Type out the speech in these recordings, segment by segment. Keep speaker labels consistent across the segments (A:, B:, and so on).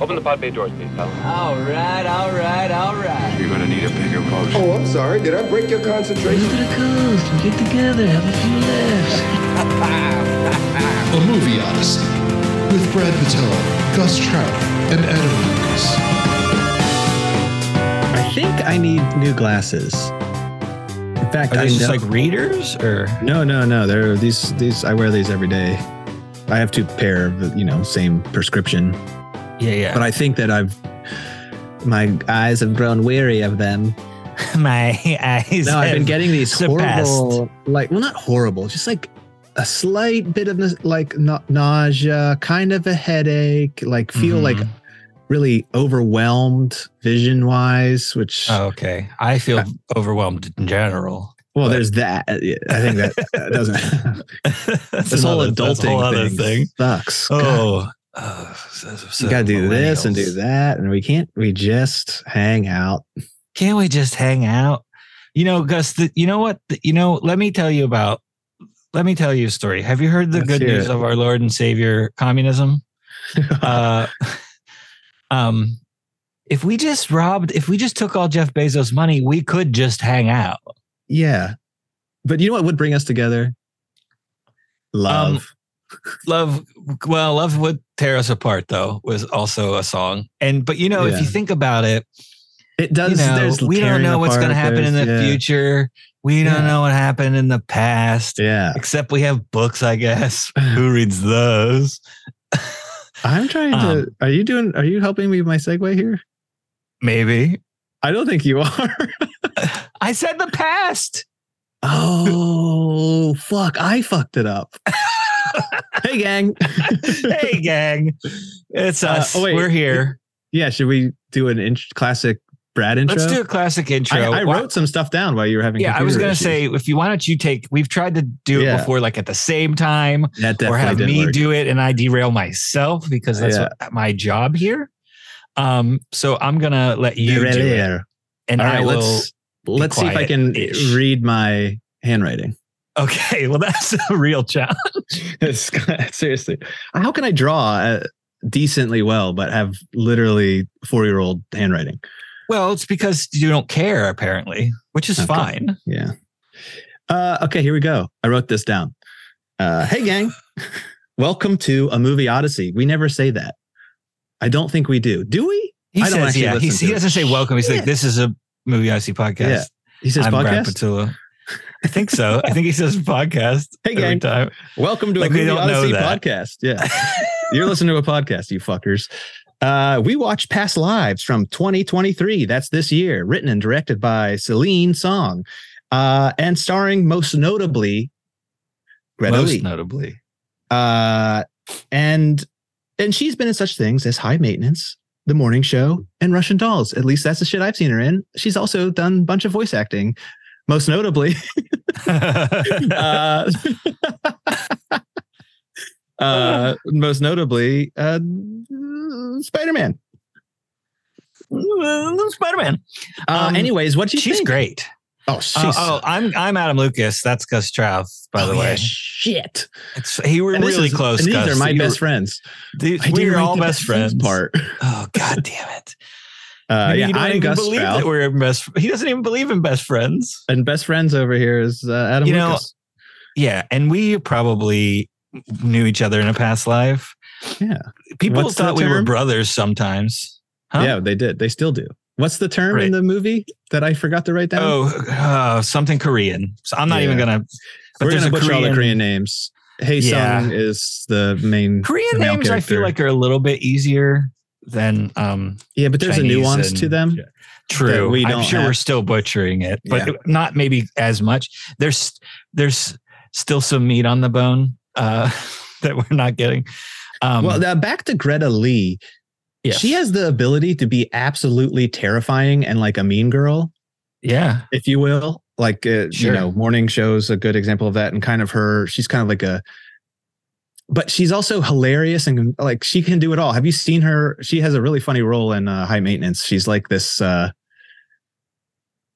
A: Open the pod bay doors, please, pal.
B: All right, all right, all right.
C: You're gonna need a bigger boat.
D: Oh, I'm sorry. Did I break your concentration?
E: Look at the coast. We get together, have a few laughs.
F: A Movie Odyssey with Brad Patello, Gus Trout, and Adam Lucas.
G: I think I need new glasses. In fact,
H: Are
G: I
H: these just
G: know-
H: like readers or?
G: no, no, no. There are these these. I wear these every day. I have two pair of you know same prescription,
H: Yeah, yeah.
G: but I think that I've my eyes have grown weary of them.
H: my eyes.
G: No, I've been
H: have-
G: getting these
H: surpassed.
G: horrible, like well, not horrible, just like a slight bit of nas- like na- nausea, kind of a headache, like feel
H: Mhm.
G: like really overwhelmed vision wise, which
H: Oh, okay, I feel overwhelmed in general.
G: well,
H: but-
G: there's that. Uh, I think that that doesn't.
H: that's
G: this whole
H: another- that's a
G: adulting
H: whole other
G: thing,
H: thing.
G: sucks. God,
H: Oh, uh, so- so
G: you gotta do this and do
H: millennials.
G: that, and we can't. We just hang out.
H: Can't we just hang out? You know, Gus. The, you know what? The- you know. Let me tell you about. Let me tell you a story. Have you heard the
G: Let's
H: good
G: hear
H: news
G: it.
H: of our Lord and Savior communism? uh, um, if we just robbed, if we just took all Jeff Bezos' money, we could just hang out.
G: yeah, but you know what would bring us together?
H: Um,
G: Love.
H: Love, well, love would tear us apart. Though was also a song, and but you know, if
G: Yeah.
H: you think about it,
G: it
H: you
G: does.
H: know,
G: there's
H: we don't
G: tearing
H: know what's going to
G: apart,
H: happen in the
G: there's- yeah.
H: future. We don't
G: Yeah.
H: know what happened in the past,
G: Yeah,
H: except we have books, I guess. Who reads those?
G: I'm trying to.
H: Um,
G: Are you doing? Are you helping me with my segue here?
H: Maybe
G: I don't think you are.
H: I said the past.
G: oh fuck! I fucked it up. hey gang.
H: hey, gang, it's
G: Uh,
H: us.
G: oh, wait.
H: We're here.
G: Yeah, should we do an int- classic Brad intro?
H: Let's do a classic intro.
G: I, I
H: Why-
G: wrote some stuff down while you were having.
H: Yeah, I was
G: computer
H: gonna
G: issues.
H: say if you why don't you take we've tried to do
G: Yeah.
H: it before like at the same time
G: that
H: or
G: definitely
H: have
G: didn't
H: me
G: work.
H: do it and I derail myself because that's
G: Yeah.
H: what, my job here. Um, so I'm gonna let you do it,
G: Derailleur.
H: and
G: All
H: I
G: right,
H: will.
G: let's let's see if I can
H: quiet-ish.
G: read my handwriting.
H: Okay, well that's a real challenge.
G: It's- Seriously, how can I draw uh, decently well but have literally four year old handwriting?
H: Well, it's because you don't care apparently, which is
G: Okay.
H: fine.
G: Yeah. Uh, okay, here we go. I wrote this down. Uh, hey, gang. Welcome to a movie odyssey. We never say that. I don't think we do. Do we?
H: He
G: I don't
H: says
G: actually
H: yeah. He,
G: listen to
H: he
G: it.
H: doesn't say welcome. He's like
G: Shit.
H: this is a movie I see podcast.
G: Yeah. He says
H: I'm Brad
G: podcast.
H: Patullo. I think so. I think he says podcast
G: Hey,
H: every
G: gang.
H: time.
G: Welcome to
H: Like,
G: a
H: we
G: movie
H: don't know
G: odyssey
H: that.
G: podcast. Yeah. You're listening to a podcast, you fuckers. Uh, we watch Past Lives from 2023. That's this year, written and directed by Celine Song, uh, and starring most notably Greta
H: Most
G: Lee.
H: notably.
G: uh, and and she's been in such things as High Maintenance, The Morning Show, and Russian Dolls. At least that's the shit I've seen her in. She's also done a bunch of voice acting, most notably. Uh, uh, most notably, uh, Spider Man.
H: Spider Man.
G: Uh,
H: Um,
G: anyways, what do you
H: She's
G: think?
H: great.
G: Oh, she's
H: Oh, oh, I'm I'm Adam Lucas. That's Gus Trout, by the
G: Oh, yeah,
H: way.
G: shit.
H: It's, he were
G: And this
H: really
G: is-
H: close.
G: And these
H: Gus.
G: are my
H: You-
G: best friends.
H: these-
G: I
H: we
G: didn't
H: are
G: write
H: all
G: the
H: best friends.
G: Part.
H: Oh God damn it!
G: Uh,
H: Maybe
G: yeah,
H: he don't
G: I'm
H: even
G: Gus
H: believe
G: Trout.
H: that we're best. He doesn't even believe in best friends.
G: and best friends over here is uh, Adam
H: You know,
G: Lucas.
H: Yeah, and we probably knew each other in a past life.
G: Yeah.
H: people
G: What's the
H: thought we were
G: term?
H: brothers sometimes. Huh?
G: Yeah, they did. They still do. What's the term
H: Right.
G: in the movie that I forgot to write down?
H: Oh, uh, something Korean. So I'm not even
G: Yeah.
H: gonna. But
G: we're
H: there's
G: gonna
H: a
G: butcher all the
H: Korean-
G: Korean names. Hey
H: Yeah.
G: Sung is the main.
H: Korean
G: male
H: names I feel
G: character.
H: like are a little bit easier than um
G: Yeah, but there's
H: Chinese
G: a nuance to
H: and-
G: them.
H: yeah. True.
G: we
H: I'm
G: don't
H: sure we're
G: have.
H: still butchering it, but
G: Yeah.
H: not maybe as much. There's there's still some meat on the bone uh, that we're not getting. Um,
G: well, now back to Greta Lee.
H: yes.
G: She has the ability to be absolutely terrifying and like a mean girl,
H: yeah,
G: if you will. Like uh,
H: Sure.
G: you know, morning shows a good example of that, and kind of her. She's kind of like a. But she's also hilarious and like she can do it all. Have you seen her? She has a really funny role in uh, High Maintenance. She's like this. uh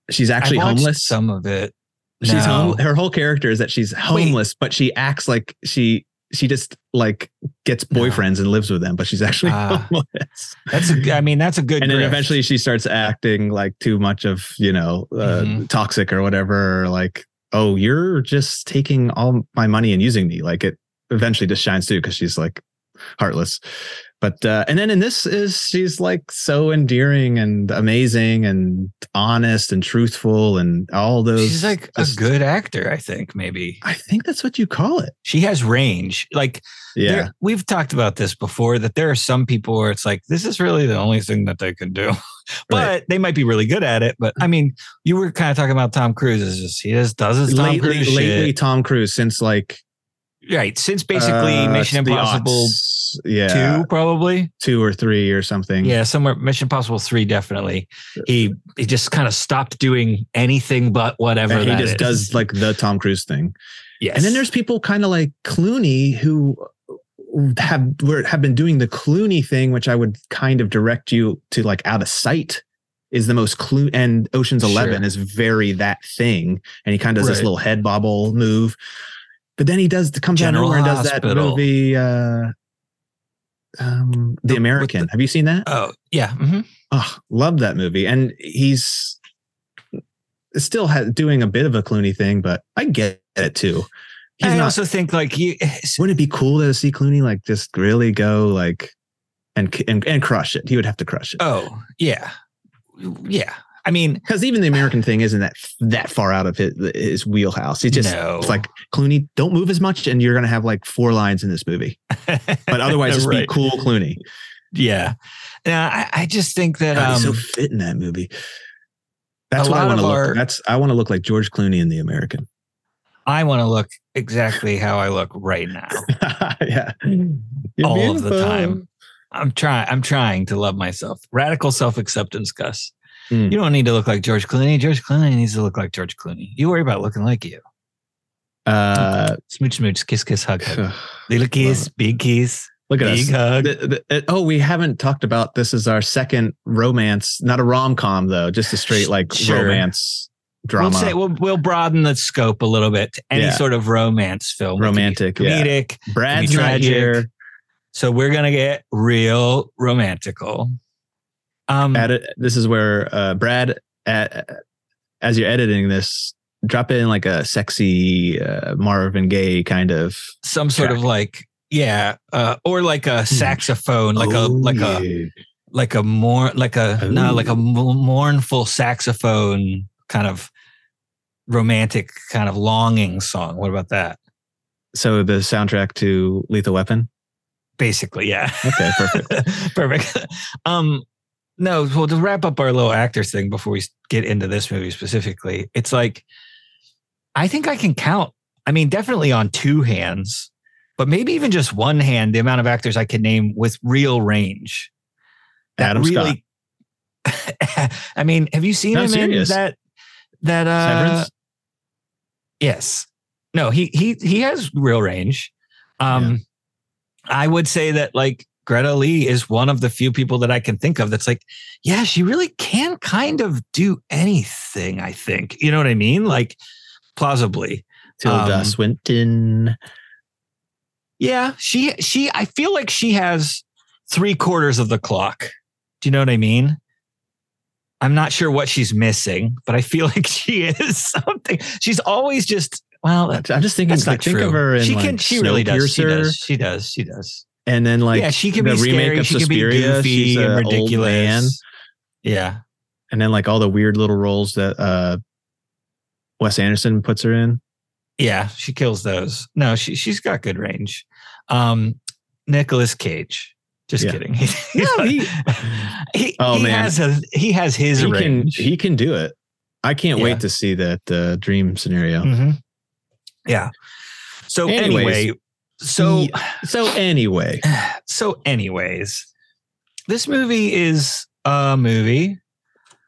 G: She's actually
H: I watched
G: homeless.
H: Some of it.
G: She's
H: No.
G: home. Her whole character is that she's homeless, but she acts like she she just like gets boyfriends and lives with them, but she's actually
H: Ah.
G: homeless.
H: That's a, I mean, that's a good.
G: and then
H: grift.
G: eventually she starts acting like too much of you know uh,
H: Mhm.
G: toxic or whatever or like oh you're just taking all my money and using me like it eventually just shines through because she's like heartless but uh, and then in this is she's like so endearing and amazing and honest and truthful and all those
H: she's like
G: just-
H: a good actor. I think maybe
G: i think that's what you call it
H: she has range. Like
G: yeah
H: there- we've talked about this before that there are some people where it's like this is really the only thing that they can do, but they might be really good at it. But I mean, you were kind of talking about Tom Cruise. Is just he just does his Tom
G: lately
H: Cruise
G: lately
H: shit.
G: tom cruise since like
H: right? Since basically
G: uh,
H: Mission
G: the
H: Impossible
G: aughts.
H: two,
G: yeah Mm.
H: probably.
G: two or three or something
H: Yeah, somewhere Mission Impossible three definitely. He he just kind of stopped doing anything but whatever.
G: And he
H: that
G: just
H: is.
G: does like the Tom Cruise thing.
H: yes.
G: And then there's people kind of like Clooney who have were, have been doing the Clooney thing, which I would kind of direct you to like out of sight is the most clue and Ocean's
H: Sure.
G: Eleven is very that thing. And he kind of does this
H: Right.
G: little head bobble move. But then he does comes out of
H: General
G: nowhere and does that
H: Hospital.
G: movie uh um
H: The-
G: The
H: with
G: American.
H: the-
G: have you seen that?
H: oh yeah. mhm.
G: Oh, love that movie. And he's still ha- doing a bit of a Clooney thing, but I get it too. He's
H: I
G: not.
H: also think like you.
G: wouldn't it be cool to see Clooney like just really go like and ki- and, and crush it? He would have to crush it
H: Oh yeah, yeah. I mean,
G: because even the American thing isn't that that far out of his, his wheelhouse. He just
H: No.
G: it's like Clooney, don't move as much, and you're gonna have like four lines in this movie. But otherwise, just be
H: Right.
G: cool, Clooney.
H: Yeah. Now I, I just think that
G: God, he's so
H: um,
G: fit in that movie. That's
H: a
G: what I
H: lot
G: want
H: of
G: to look.
H: our-
G: That's I want to look like George Clooney in The American.
H: I want to look exactly how I look right now,
G: yeah.
H: all of the time. I'm trying. I'm trying to love myself. Radical self acceptance, Gus.
G: Mm.
H: You don't need to look like George Clooney. George Clooney needs to look like George Clooney. You worry about looking like you.
G: Uh,
H: Smooch, smooch, kiss, kiss, hug, hug.
G: ugh,
H: Little kiss, big kiss,
G: look at
H: big
G: us.
H: hug.
G: The- the- uh, oh, we haven't talked about this. Is our second romance, not a rom com though, just a straight like
H: Sure.
G: romance drama,
H: We'll, say, we'll we'll broaden the scope a little bit to any
G: Yeah.
H: sort of romance film, It could be
G: romantic. Yeah.
H: comedic.
G: Brad's
H: Could be
G: not
H: tragic.
G: here.
H: So we're gonna get real romantical. Um,
G: At it, this is where uh, Brad, at, as you're editing this, drop in like a sexy uh, Marvin Gaye kind of
H: some sort of like yeah, uh, or like a saxophone, like a like a like a more like a no like a mo- mournful saxophone kind of romantic kind of longing song. What about that?
G: so the soundtrack to Lethal Weapon.
H: Basically, yeah.
G: Okay, perfect.
H: Perfect. Um, no, well, to wrap up our little actors thing before we get into this movie specifically, it's like I think I can count. I mean, definitely on two hands, but maybe even just one hand, the amount of actors I can name with real range.
G: Adam Scott.
H: I mean, have you seen
G: No,
H: him
G: serious.
H: in that that uh
G: Severance?
H: Yes. No, he he he has real range. Um I would say that like Greta Lee is one of the few people that I can think of that's like, yeah, she really can kind of do anything, I think. You know what I mean? Like plausibly.
G: Tilda
H: Um,
G: Swinton.
H: Yeah, she she I feel like she has three quarters of the clock. Do you know what I mean? I'm not sure what she's missing, but I feel like she is something. She's always just well. that-
G: I'm just thinking.
H: That's
G: Like,
H: not
G: think
H: true.
G: of her in
H: she
G: like,
H: can. She really does. She
G: Snowpiercer,
H: does. She does. She does.
G: and then like
H: yeah, she can
G: the
H: be
G: remake
H: scary.
G: of
H: she can be
G: Suspiria,
H: goofy
G: she's a
H: and
G: old
H: ridiculous.
G: man.
H: Yeah.
G: and then like all the weird little roles that uh Wes Anderson puts her in.
H: Yeah, she kills those. No, she she's got good range. Um Nicolas Cage. Just
G: Yeah.
H: kidding.
G: No, he-
H: he,
G: Oh,
H: he
G: man.
H: has a he has his
G: He can
H: range.
G: he can do it. I can't
H: Yeah.
G: wait to see that uh, dream scenario.
H: Mhm. Yeah. So
G: Anyways,
H: anyway, so
G: he- So anyway,
H: so anyways, this movie is a movie.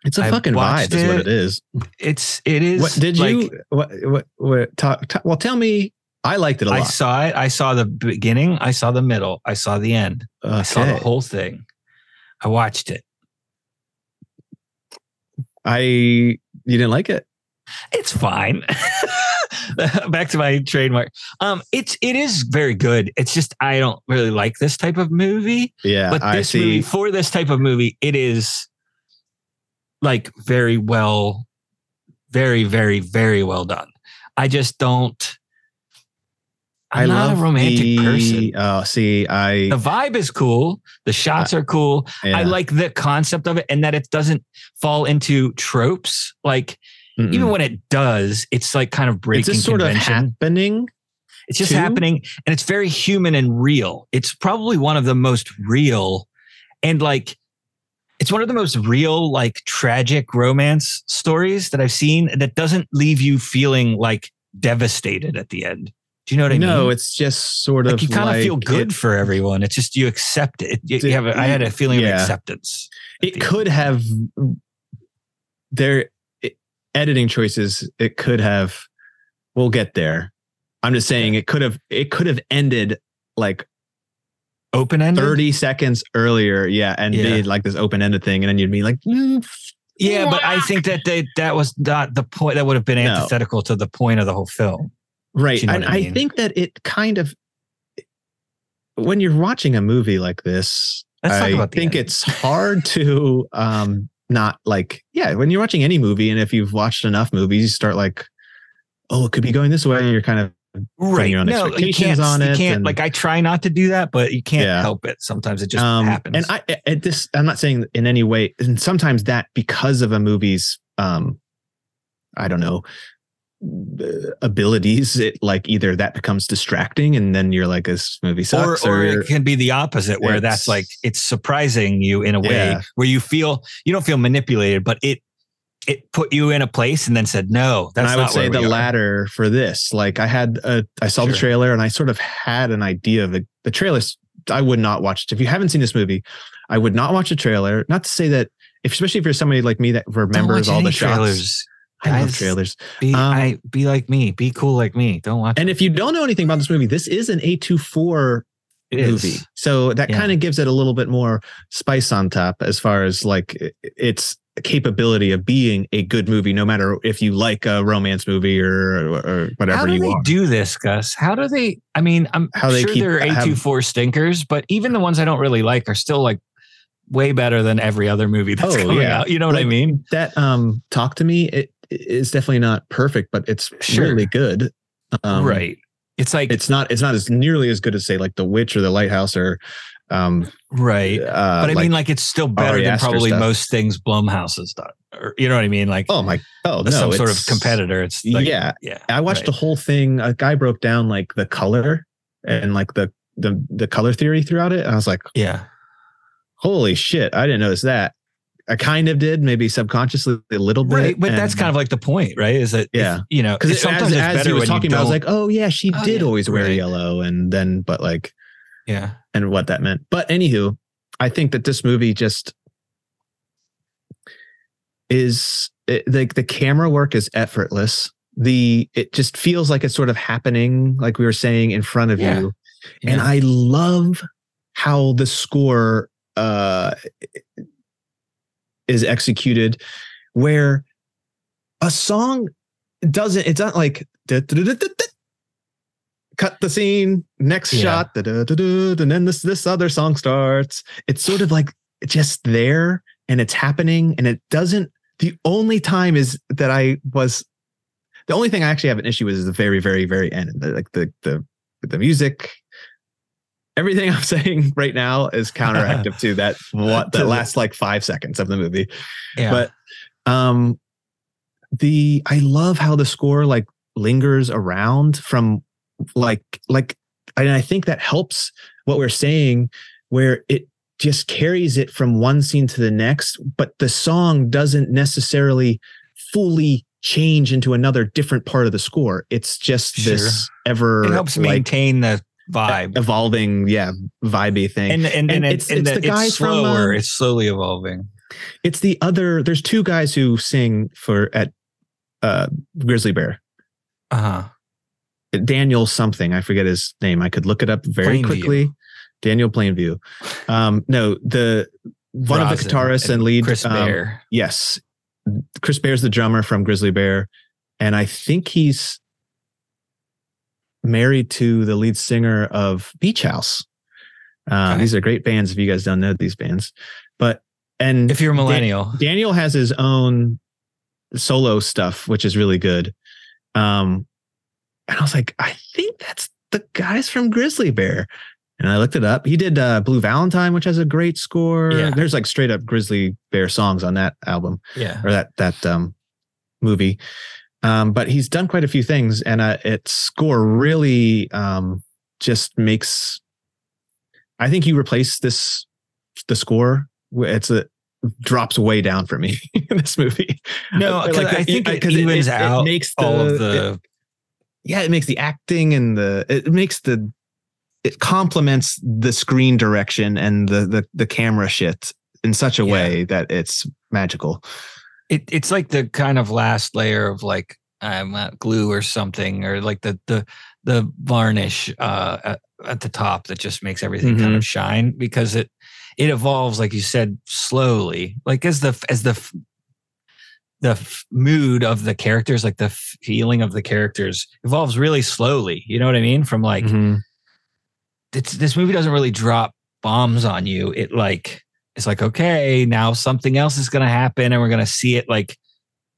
G: it's a
H: I
G: fucking
H: watched
G: vibe. Is
H: it.
G: what it is.
H: It's it is.
G: What did
H: like-
G: you what what, what talk, ta- Well, tell me. I liked it a
H: I
G: lot.
H: saw it. I saw the beginning. I saw the middle. I saw the end. I saw the
G: Okay.
H: whole thing. I watched it.
G: I you didn't like it.
H: It's fine. back to my trademark. Um, it's it is very good. It's just I don't really like this type of movie.
G: Yeah,
H: but
G: I
H: this movie
G: see.
H: for this type of movie, it is like very well, very, very, very well done. I just don't. I'm not a romantic
G: the-
H: person.
G: Oh, see, I
H: The vibe is cool. The shots are cool. I
G: yeah.
H: like the concept of it and that it doesn't fall into tropes. Like
G: Mm-mm.
H: even when it does, it's like kind of
G: Hmm. it's
H: breaking
G: just sort
H: convention.
G: of happening.
H: it's just
G: too.
H: happening and it's very human and real. It's probably one of the most real and like it's one of the most real like tragic romance stories that I've seen that doesn't leave you feeling like devastated at the end. Do you know what I
G: no,
H: mean?
G: it's just sort
H: like
G: of
H: you kind of
G: like
H: feel good
G: it-
H: for everyone. It's just you accept it. You, you
G: It-
H: have. A, I had a feeling
G: yeah.
H: of acceptance. at
G: it
H: the
G: could have their it- editing choices it could have we'll get there i'm just saying it could have it could have ended like
H: open ended.
G: 30 seconds earlier yeah and
H: Mm-hmm. Yeah.
G: did like this open-ended thing and then you'd be like mm,
H: Yeah, but I think that they that was not the point. That would have been
G: No.
H: antithetical to the point of the whole film.
G: right
H: You know
G: and
H: what I
G: I,
H: mean.
G: think that it kind of when you're watching a movie like this
H: Let's
G: I
H: talk about the
G: think
H: end.
G: it's hard to um not like yeah when you're watching any movie and if you've watched enough movies you start like oh it could be going this way and you're kind of
H: right.
G: your own
H: No, you
G: expectations
H: can't.
G: on
H: you
G: it
H: can't.
G: and-
H: like I try not to do that, but you can't
G: Yeah.
H: help it. Sometimes it just
G: um,
H: happens.
G: and I I- at this I'm not saying in any way and sometimes that because of a movie's um I don't know uh, abilities it like either that becomes distracting and then you're like this movie
H: or,
G: sucks
H: or it can be the opposite, where that's
G: It's-
H: like it's surprising you in a way
G: Yeah.
H: where you feel you don't feel manipulated, but it it put you in a place and then said no. That's
G: and I
H: not
G: would say
H: where we
G: the
H: are."
G: latter for this. Like I had, a, I saw the
H: Sure.
G: trailer and I sort of had an idea of it. The trailers, I would not watch it. If you haven't seen this movie, I would not watch a trailer. Not to say that, if, especially if you're somebody like me that
H: Don't
G: remembers
H: watch
G: all the
H: any
G: trailers. I love
H: guys.
G: trailers.
H: Be
G: Um,
H: I be like me. Be cool like me. Don't watch
G: And if you don't know anything about this movie, this is an A24
H: it is.
G: movie. So that
H: Yeah.
G: kind of gives it a little bit more spice on top as far as like i- its capability of being a good movie, no matter if you like a romance movie or, or whatever
H: How do
G: you
H: they
G: are.
H: do this, Gus? How do they? I mean, I'm
G: How they
H: sure
G: keep-
H: there are
G: have-
H: A24 stinkers, but even the ones I don't really like are still like way better than every other movie that's
G: Oh,
H: coming
G: yeah.
H: out. You know what I
G: Like,
H: mean?
G: that um talk to me it is definitely not perfect but it's
H: Sure.
G: really good um
H: right. It's like
G: it's not it's not as nearly as good as say like the witch or the lighthouse or um
H: right,
G: uh,
H: but I mean, like it's still better
G: Ari
H: than
G: Aster
H: probably
G: stuff.
H: most things Blumhouse has done. Or, you know what I mean? Like
G: oh my oh no
H: some sort of
G: it's-
H: competitor. It's like,
G: yeah
H: yeah.
G: i watched the
H: right.
G: whole thing a guy broke down like the color and like the the the color theory throughout it and i was like
H: yeah.
G: holy shit i didn't notice that i kind of did maybe subconsciously a little bit
H: Right, but that's kind of like the point, right? Is that if-
G: Yeah.
H: you know,
G: because
H: sometimes
G: as,
H: it's
G: as
H: better
G: he was
H: when you
G: talking about, I was
H: don't-
G: like, "Oh yeah, she
H: Oh,
G: did
H: yeah,
G: always wear
H: right.
G: yellow," and then, but like,
H: yeah,
G: and what that meant. But anywho, I think that this movie just is it, like the camera work is effortless. The it just feels like it's sort of happening, like we were saying, in front of
H: Yeah.
G: you. And
H: Yeah.
G: I love how the score uh, is executed, where a song doesn't. It's not like "Da, da, da, da, da, da." cut the scene, next
H: Yeah.
G: shot, da, da, da, da, and then this this other song starts. It's sort of like just there, and it's happening, and it doesn't. The only time is that I was. The only thing I actually have an issue with is the very, very, very end, the- like the the the music everything I'm saying right now is counteractive to that what
H: To
G: the
H: the-
G: last like five seconds of the movie.
H: yeah.
G: But um the I love how the score like lingers around from like like and I think that helps what we're saying where it just carries it from one scene to the next, but the song doesn't necessarily fully change into another different part of the score. It's just this ever e-,
H: it helps maintain the vibe.
G: evolving, yeah, vibey thing.
H: and and, and,
G: And
H: it's,
G: it's-
H: and
G: it's
H: the,
G: the guy
H: it's
G: from,
H: slower.
G: um,
H: it's slowly evolving.
G: it's the other. There's two guys who sing for at uh, Grizzly Bear.
H: Uh huh.
G: Daniel something. I forget his name. I could look it up very
H: Plainview.
G: quickly. Daniel Plainview. Um, no, the one of the guitarists and, lead.
H: Chris
G: um,
H: Bear.
G: Yes, Chris Bear's the drummer from Grizzly Bear, and I think he's married to the lead singer of Beach House. Uh,
H: Okay.
G: These are great bands. If you guys don't know these bands, but and
H: If you're a millennial,
G: Daniel has his own solo stuff, which is really good. Um, and I was like, I think that's the guys from Grizzly Bear. And I looked it up. He did uh, Blue Valentine, which has a great score.
H: Yeah.
G: There's like straight up Grizzly Bear songs on that album
H: yeah,
G: or that that um, movie. Um, but he's done quite a few things, and uh, its score really um, just makes. I think you replace this the score. It's a drops way down for me in this movie. Uh,
H: No, 'cause I think it evens out
G: makes
H: all of
G: it-
H: the
G: yeah, it makes the acting and the it makes the it complements the screen direction and the the the camera shit in such a
H: Yeah.
G: way that it's magical.
H: it, it's like the kind of last layer of like um, uh, glue or something or like the the the varnish uh, at, at the top that just makes everything kind of shine because it it evolves like you said slowly like as the as the f- the f- mood of the characters like the feeling of the characters evolves really slowly you know what i mean from like it's this movie doesn't really drop bombs on you. It like it's like okay, now something else is going to happen, and we're going to see it like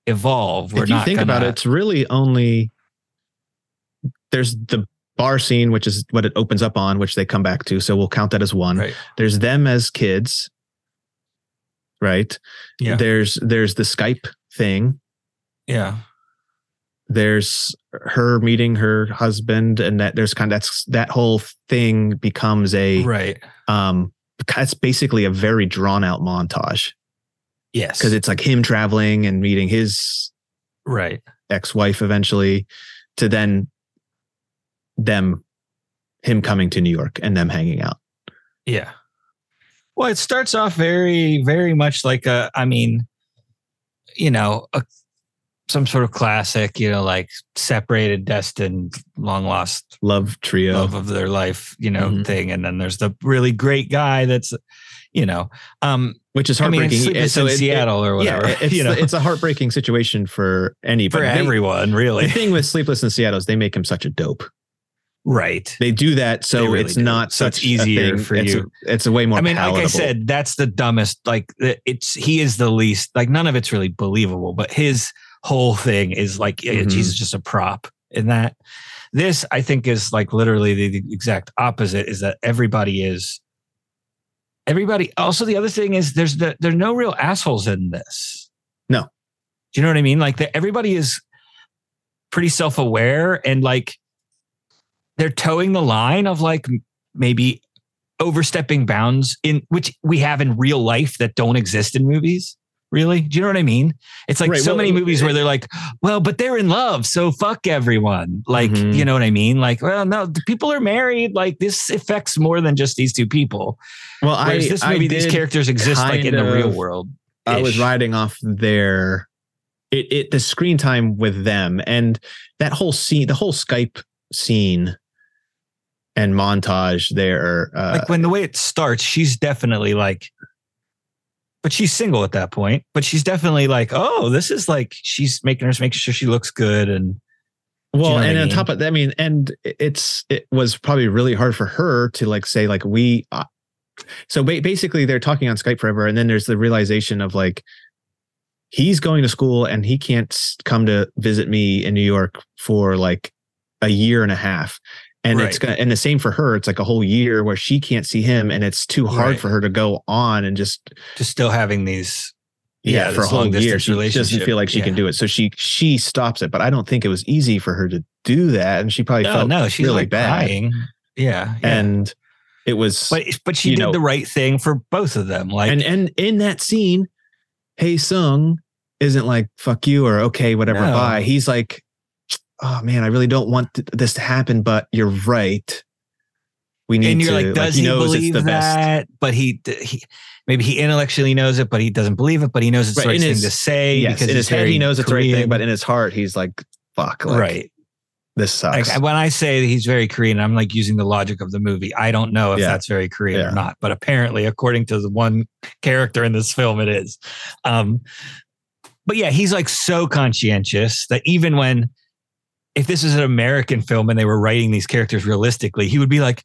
H: evolve. We're
G: if you
H: not
G: think
H: gonna,
G: about it, it's really only there's the bar scene, which is what it opens up on, which they come back to. So we'll count that as one.
H: Right.
G: There's them as kids, right?
H: Yeah.
G: There's there's the Skype thing.
H: Yeah,
G: There's her meeting her husband, and that there's kind of that's that whole thing becomes a
H: right.
G: um. It's basically a very drawn out montage
H: Yes,
G: because it's like him traveling and meeting his
H: right.
G: ex-wife eventually to then them him coming to New York and them hanging out.
H: Yeah. Well, it starts off very, very much like a. I mean, you know, a, some sort of classic. You know, like separated, destined, long lost
G: Love trio.
H: love of their life, you know,
G: Mhm.
H: thing. And then there's the really great guy that's, you know, um,
G: Which is
H: I mean,
G: heartbreaking.
H: it's Sleepless
G: So
H: in
G: it- it-
H: Seattle or whatever,
G: Yeah, it's,
H: you know,
G: it's a heartbreaking situation for
H: for
G: anybody. They-
H: everyone,
G: the
H: really.
G: thing with Sleepless in Seattle is they make him such a dope.
H: right.
G: They do that so
H: They really
G: it's
H: do.
G: not
H: So it's
G: such
H: easier
G: a thing.
H: for
G: it's,
H: you.
G: It's a way more.
H: I mean, like I
G: palatable.
H: said, that's the dumbest. Like the- it's he is the least. Like none of it's really believable. But his whole thing is like
G: Mhm.
H: he's just a prop in that. This I think is like literally the, the exact opposite. Is that everybody is everybody. Also, the other thing is there's the, there are no real assholes in this.
G: No.
H: do you know what I mean? Like that everybody is pretty self aware and like they're towing the line of like m- maybe overstepping bounds in which we have in real life that don't exist in movies. Really? Do you know what I mean? It's like
G: Right,
H: so
G: well,
H: many movies
G: it-
H: where they're like, well, but they're in love. So fuck everyone. Like,
G: Mhm.
H: you know what I mean? Like, well, no, the people are married. Like, this affects more than just these two people.
G: well, I,
H: Whereas this
G: I
H: movie, these
G: did-
H: characters exist like in
G: kind
H: the real
G: of-
H: world.
G: I was
H: ish.
G: riding off their it, it the screen time with them and that whole scene the whole Skype scene and montage there uh
H: like when the way it starts, she's definitely like, but she's single at that point. But she's definitely like, oh, this is like she's making her making sure she looks good, and
G: well
H: know what
G: and
H: I
G: on
H: mean?
G: top of that I mean and it's it was probably really hard for her to like say like we uh, so ba- basically they're talking on Skype forever and then there's the realization of like he's going to school and he can't s- come to visit me in New York for like a year and a half. And it's
H: Right.
G: gonna and the same for her. It's like a whole year where she can't see him and it's too hard
H: Right.
G: for her to go on and just
H: just still having these.
G: yeah,
H: Yeah,
G: for a
H: this
G: whole
H: long
G: year.
H: distance
G: She doesn't
H: relationship.
G: feel like she can
H: Yeah.
G: do it. So she she stops it. But I don't think it was easy for her to do that. And she probably
H: No,
G: felt
H: no, she's
G: really
H: like
G: bad.
H: crying. Yeah, yeah.
G: and it was
H: but but she
G: you
H: did
G: know-
H: the right thing for both of them. Like
G: and and in that scene, Hey Sung isn't like fuck you or okay whatever
H: No.
G: bye. He's like, oh man, I really don't want th- this to happen, but you're right. We need
H: and you're
G: to.
H: like, does he,
G: knows
H: believe that? But he, he, maybe he intellectually knows it, but he doesn't believe it. But he knows it's
G: Right,
H: the right
G: in
H: thing
G: his-
H: to say
G: Yes,
H: because
G: in his
H: he's
G: head
H: very
G: he knows it's the right
H: Korean.
G: thing, but in his heart he's like, fuck, like,
H: right.
G: This sucks.
H: Like when I say that he's very Korean, I'm like using the logic of the movie. I don't know if
G: Yeah.
H: that's very Korean
G: Yeah.
H: or not, but apparently, according to the one character in this film, it is. Um, but yeah, he's like so conscientious that even when if this is an American film and they were writing these characters realistically, he would be like,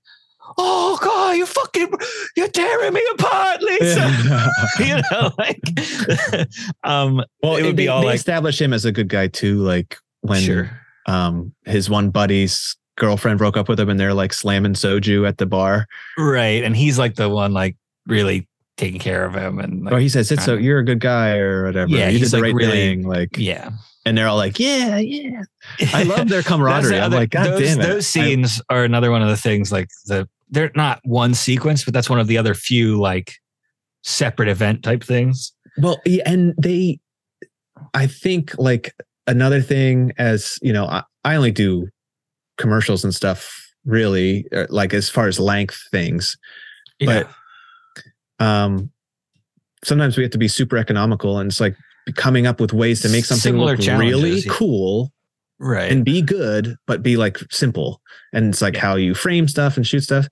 H: "Oh God, you fucking, you're tearing me apart, Lisa." you know, like, um,
G: well,
H: It would
G: it-
H: be
G: they,
H: all
G: they
H: like-
G: establish him as a good guy too. Like when
H: sure,
G: um his one buddy's girlfriend broke up with him, and they're like slamming soju at the bar,
H: right, and he's like the one like really taking care of him, and like,
G: or he says, "It's so
H: um,
G: you're a good guy" or whatever.
H: yeah,
G: you did
H: he's,
G: the
H: like,
G: right
H: really-
G: thing. Like,
H: yeah,
G: and they're all like, "Yeah, yeah." I love their
H: That's
G: camaraderie.
H: the
G: I'm
H: other-
G: like, God
H: those,
G: damn it.
H: Those
G: I-
H: scenes are another one of the things like the they're not one sequence, but that's one of the other few like separate event type things.
G: Well, yeah, and they, I think like another thing as you know, I, I only do commercials and stuff really, uh, like as far as length things. But- Um, sometimes we have to be super economical, and it's like coming up with ways to make something
H: Similar
G: look really
H: challenges, yeah.
G: cool
H: right.
G: and be good, but be like simple. And it's like how you frame stuff and shoot stuff.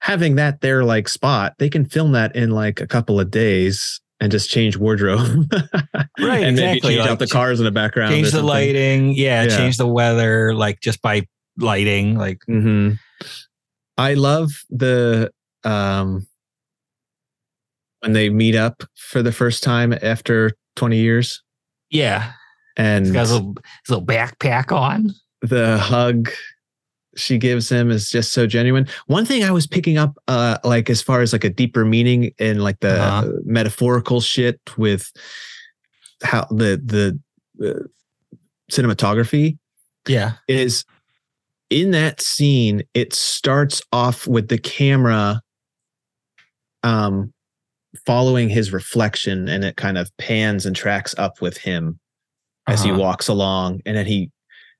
G: Having that their like spot, they can film that in like a couple of days and just change wardrobe.
H: Right,
G: And maybe
H: exactly,
G: change
H: like,
G: out the cars in the background.
H: change the lighting, yeah,
G: Yeah.
H: change the weather, like just by lighting, like
G: hmm I love the um when they meet up for the first time after 20 years
H: yeah.
G: and
H: He's got his little, his little backpack on.
G: the hug she gives him is just so genuine. One thing I was picking up, uh, like as far as like a deeper meaning and like the
H: Uh-huh.
G: uh, metaphorical shit with how the the uh, cinematography
H: Yeah,
G: is in that scene. It starts off with the camera, um, following his reflection, and it kind of pans and tracks up with him as he
H: Uh-huh.
G: walks along and then he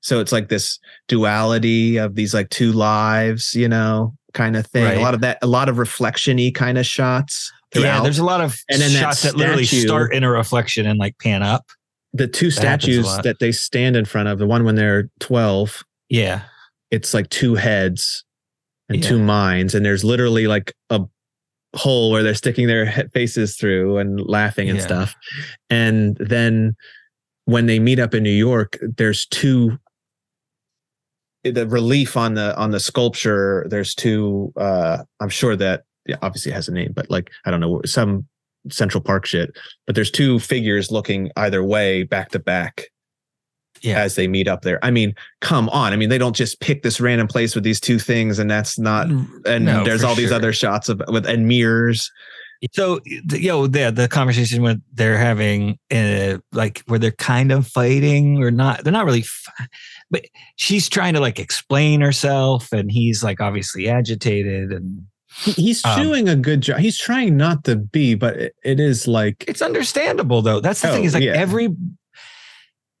G: so it's like this duality of these like two lives you know kind of thing
H: Right.
G: a lot of that a lot of reflection-y kind of shots
H: Yeah,
G: throughout.
H: there's a lot of
G: And then that
H: shots that literally
G: statue-
H: start in a reflection and like pan up.
G: the two
H: that happens a
G: statues
H: lot.
G: that they stand in front of the one when they're 12
H: Yeah,
G: it's like two heads and
H: Yeah.
G: two minds and there's literally like a hole where they're sticking their he- faces through and laughing and
H: Yeah.
G: stuff and then when they meet up in new york there's two eh, the relief on the on the sculpture there's two uh i'm sure that yeah, obviously it has a name but like i don't know some central park shit but there's two figures looking either way back to back
H: Yeah.
G: as they meet up there i mean come on i mean they don't just pick this random place with these two things and that's not and
H: No,
G: there's
H: for
G: all these
H: sure.
G: other shots of with and mirrors
H: So, the- yo, the the conversation when they're having, uh, like, where they're kind of fighting or not, they're not really, fi- but she's trying to like explain herself, and he's like obviously agitated, and
G: He- he's
H: Um,
G: doing a good job he's trying not to be but it, it is like
H: it's understandable though. That's the thing
G: Oh,
H: is like
G: yeah.
H: every,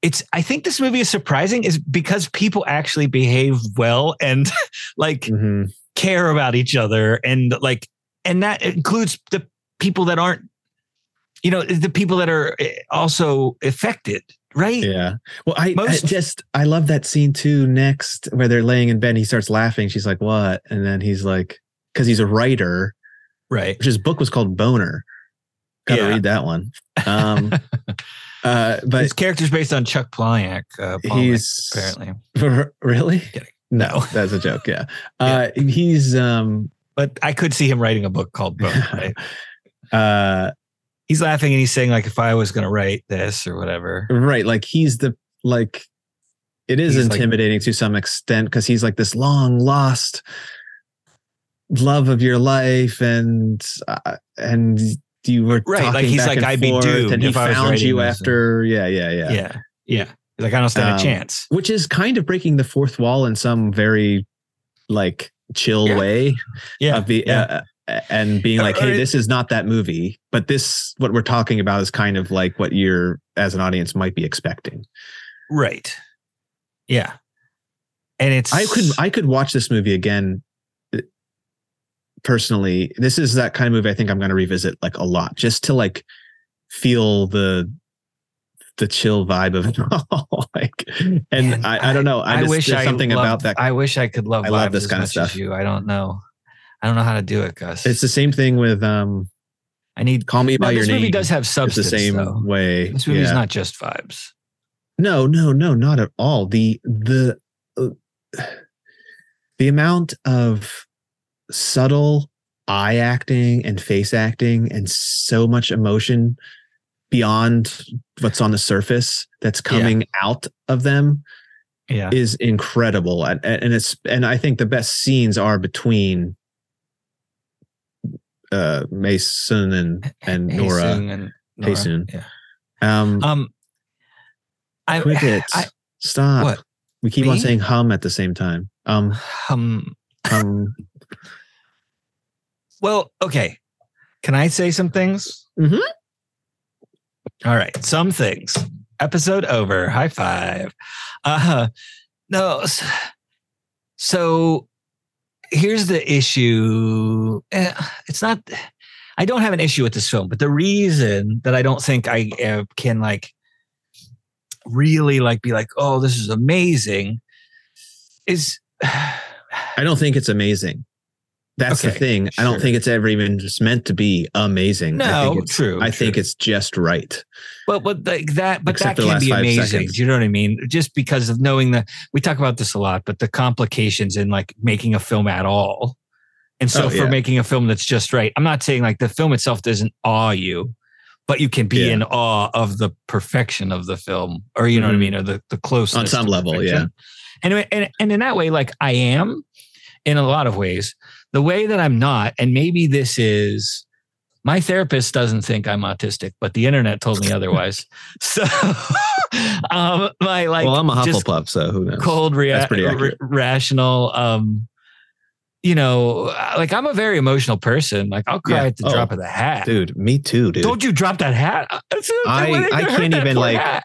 H: it's. I think this movie is surprising is because people actually behave well and like
G: mhm.
H: care about each other and like and that includes the people that aren't you know the people that are eh, also affected right
G: Yeah. Well, I, I
H: Most-
G: just I love that scene too. Next, where they're laying in bed, and he starts laughing. She's like, "What?" And then he's like, "Cause he's a writer."
H: right
G: Which his book was called Boner. Gotta
H: Yeah.
G: read that one. Um, uh,
H: his
G: but
H: character's based on chuck Palahniuk. uh, Palahniuk,
G: he's
H: apparently
G: really
H: Kidding.
G: no, that's a joke. Yeah. Uh, he's um,
H: but i could see him writing a book called book right?
G: uh,
H: he's laughing and he's saying like if i was going to write this or whatever
G: right like he's the like it is
H: He's like-
G: intimidating to some extent because he's like this long lost love of your life and uh, and you were
H: Right, like
G: talking
H: he's
G: back
H: like,
G: and
H: "I'd be
G: forth,
H: doomed
G: and he
H: if I was
G: found
H: writing
G: you
H: this,"
G: after yeah, yeah yeah
H: yeah yeah, He's like i don't stand
G: Um,
H: a chance
G: which is kind of breaking the fourth wall in some very like chill
H: Yeah.
G: way
H: yeah
G: of the
H: yeah.
G: uh, uh, and being like
H: Or-
G: hey this is not that movie but this what we're talking about is kind of like what you're as an audience might be expecting
H: right yeah and it's
G: I could I could watch this movie again. uh, Personally, this is that kind of movie I think I'm going to revisit like a lot, just to like feel the the chill vibe of it all. like, and
H: Man,
G: I, I don't know. I,
H: I
G: just,
H: wish
G: there's
H: I
G: something about
H: loved-
G: that.
H: I wish I could love.
G: I love
H: vibes
G: this
H: as
G: kinda
H: much as
G: stuff.
H: You, I don't know. I don't know how to do it, Gus.
G: it's the same thing with um,
H: I need.
G: Call Me
H: No,
G: by
H: this
G: Your
H: movie
G: Name.
H: does have
G: it's the
H: substance.
G: same
H: though.
G: way.
H: This movie's
G: Yeah.
H: not just vibes.
G: No, no, no, not at all. The the uh, the amount of subtle eye acting and face acting and so much emotion beyond what's on the surface that's coming out of them
H: Yeah.
G: is incredible and, and and it's and i think the best scenes are between uh mason and and nora
H: Haesung and Nora.
G: Haesung.
H: Yeah.
G: um
H: Um, I,
G: crickets
H: I-
G: stop
H: what?
G: we keep on
H: Me?
G: saying hum at the same time um
H: um,
G: um
H: well, okay. Can I say some things?
G: Mhm.
H: All right. Some things. Episode over. High five. Uh, no. s- So here's the issue. Eh, It's not, I don't have an issue with this film, but the reason that I don't think I uh, can like really like be like, oh, this is amazing is.
G: I don't think it's amazing. That's the
H: Okay,
G: thing. I don't
H: sure.
G: think it's ever even just meant to be amazing. I
H: No,
G: think it's,
H: true.
G: I think
H: true.
G: it's just right.
H: But but like that, but
G: Except
H: that
G: for the
H: can
G: last
H: be
G: five
H: amazing.
G: seconds.
H: Do you know what I mean? Just because of knowing that we talk about this a lot, but the complications in like making a film at all. And so
G: Oh,
H: for
G: yeah.
H: making a film that's just right, I'm not saying like the film itself doesn't awe you, but you can be
G: Yeah.
H: in awe of the perfection of the film, or you know what I
G: Mhm.
H: mean, or the the close
G: On some level,
H: And, and and in that way, like I am, in a lot of ways, the way that I'm not, and maybe this is my therapist doesn't think I'm autistic, but the internet told me otherwise. so, um, my like
G: well, I'm a
H: just
G: Hufflepuff, so who knows?
H: cold, rea-
G: That's pretty accurate.
H: r- rational, um, you know, like I'm a very emotional person. Like I'll cry
G: Yeah.
H: at the
G: Oh,
H: drop of the hat.
G: Dude, me too, dude.
H: Don't you drop that hat?
G: I- I can't even, like,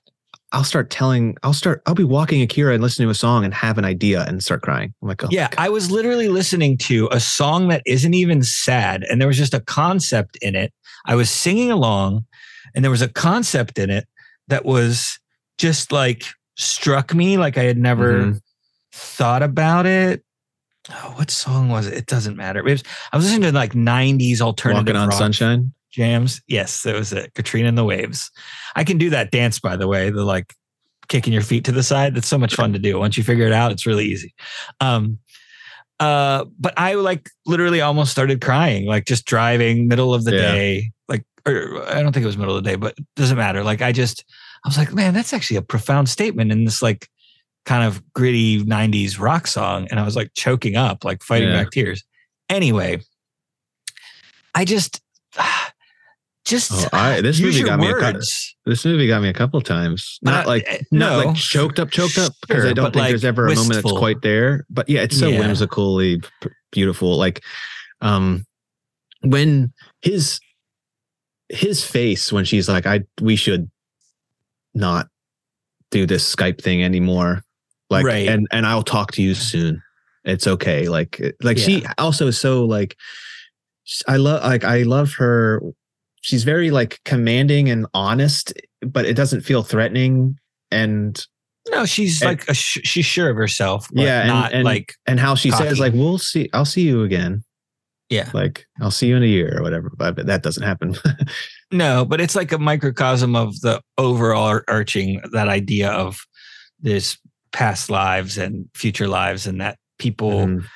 G: I'll start telling, I'll start, I'll be walking Akira and listen to a song and have an idea and start crying. I'm like, oh,
H: yeah, I was literally listening to a song that isn't even sad, and there was just a concept in it. I was singing along, and there was a concept in it that was just like struck me like I had never
G: Mhm.
H: thought about it. Oh, what song was it? It doesn't matter. It was, I was listening to like 90s alternative
G: walking on
H: rock
G: sunshine.
H: jams. Yes, that was it. Katrina and the Waves. I can do that dance, by the way, the like kicking your feet to the side. That's so much fun to do. Once you figure it out, it's really easy. Um, uh, but I like literally almost started crying, like just driving middle of the
G: Yeah.
H: day. Like, or I don't think it was middle of the day, but it doesn't matter. Like, I just, I was like, man, that's actually a profound statement in this like kind of gritty 90s rock song. And I was like choking up, like fighting
G: Yeah.
H: back tears. Anyway, I just, just
G: Oh, I, this
H: use
G: movie
H: your
G: got me. A, cou-
H: words.
G: this movie got me a couple times. Not
H: Uh,
G: like
H: eh,
G: not like choked up, choked up, because
H: Sure,
G: I don't
H: but,
G: think
H: like,
G: there's ever a moment that's
H: wistful.
G: quite there. But yeah, it's so
H: Yeah.
G: whimsically p- beautiful. Like, um, when his his face when she's like, "I we should not do this Skype thing anymore," like,
H: Right.
G: and and I'll talk to you soon. It's okay. Like, it- like she also is so like, s- I love like I love her. She's very like commanding and honest, but it doesn't feel threatening. And
H: No, she's
G: And-
H: like a sh- she's sure of herself. But
G: Yeah, and-
H: not
G: and-
H: like
G: and how she
H: Cocky.
G: says like we'll see i'll see you again
H: Yeah.
G: like i'll see you in a year or whatever but that doesn't happen
H: no, but it's like a microcosm of the overall arching that idea of this past lives and future lives, and that people
G: Mhm.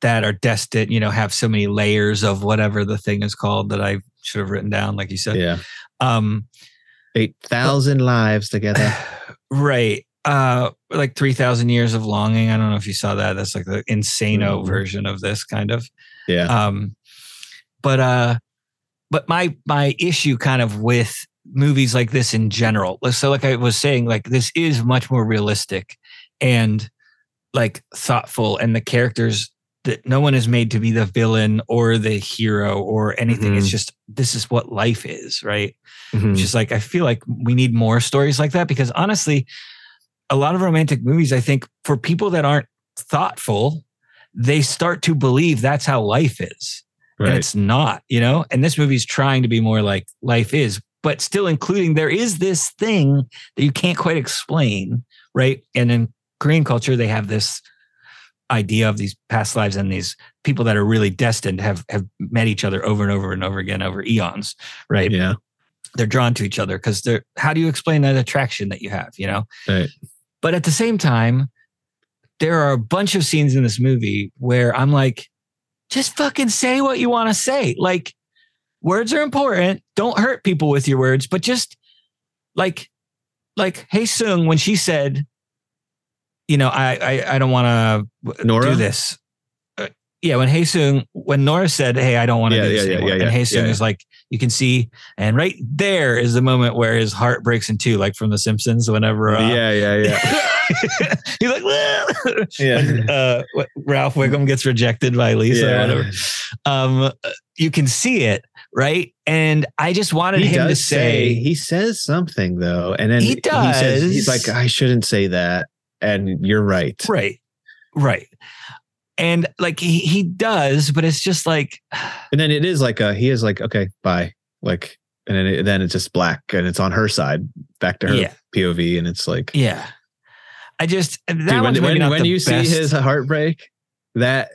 H: that are destined, you know, have so many layers of whatever the thing is called that I should have written down, like you said.
G: yeah
H: Um,
G: 8000 lives together
H: right. Uh, like three thousand years of longing. I don't know if you saw that. That's like the insano
G: Mhm.
H: version of this kind of.
G: yeah
H: um but uh but my my issue kind of with movies like this in general so like i was saying like this is much more realistic and like thoughtful and the characters that no one is made to be the villain or the hero or anything it's
G: Mhm.
H: just this is what life is right
G: Mhm.
H: which is like I feel like we need more stories like that because honestly, a lot of romantic movies, I think, for people that aren't thoughtful, they start to believe that's how life is, and
G: right
H: it's not, you know. And this movie's trying to be more like life is, but still including there is this thing that you can't quite explain, right? And in Korean culture, they have this idea of these past lives and these people that are really destined have have met each other over and over and over again over eons, right?
G: yeah
H: they're drawn to each other because they're how do you explain that attraction that you have you know
G: Right.
H: but at the same time there are a bunch of scenes in this movie where i'm like just fucking say what you want to say like words are important don't hurt people with your words but just like like hey sung when she said you know i i, I don't want to
G: Nora?
H: do this Uh, yeah, when Haesung, when Nora said, "Hey, I don't want to
G: Yeah,
H: do this
G: yeah, yeah,
H: anymore,"
G: yeah,
H: and
G: yeah,
H: Haesung
G: yeah.
H: is like, "You can see and right there is the moment where his heart breaks in two, like from The Simpsons. Whenever, uh,
G: yeah, yeah, yeah.
H: he's like, "Wah!"
G: Yeah.
H: When, uh, what- Ralph Wiggum gets rejected by Lisa or
G: Yeah.
H: whatever. Um, you can see it, right? And I just wanted
G: He
H: him to
G: does
H: say,
G: say, he says something though, and then
H: He
G: says he's
H: does.
G: like, I shouldn't say that, and you're right.
H: right, right, and like he he does, but it's just like,
G: And then it is like a he is like, okay, bye, like, and then it, then it's just black, and it's on her side, back to her
H: yeah,
G: POV, and it's like,
H: yeah. I just that
G: Dude,
H: one's maybe
G: when, when,
H: not
G: when
H: the
G: you
H: best.
G: see his heartbreak, that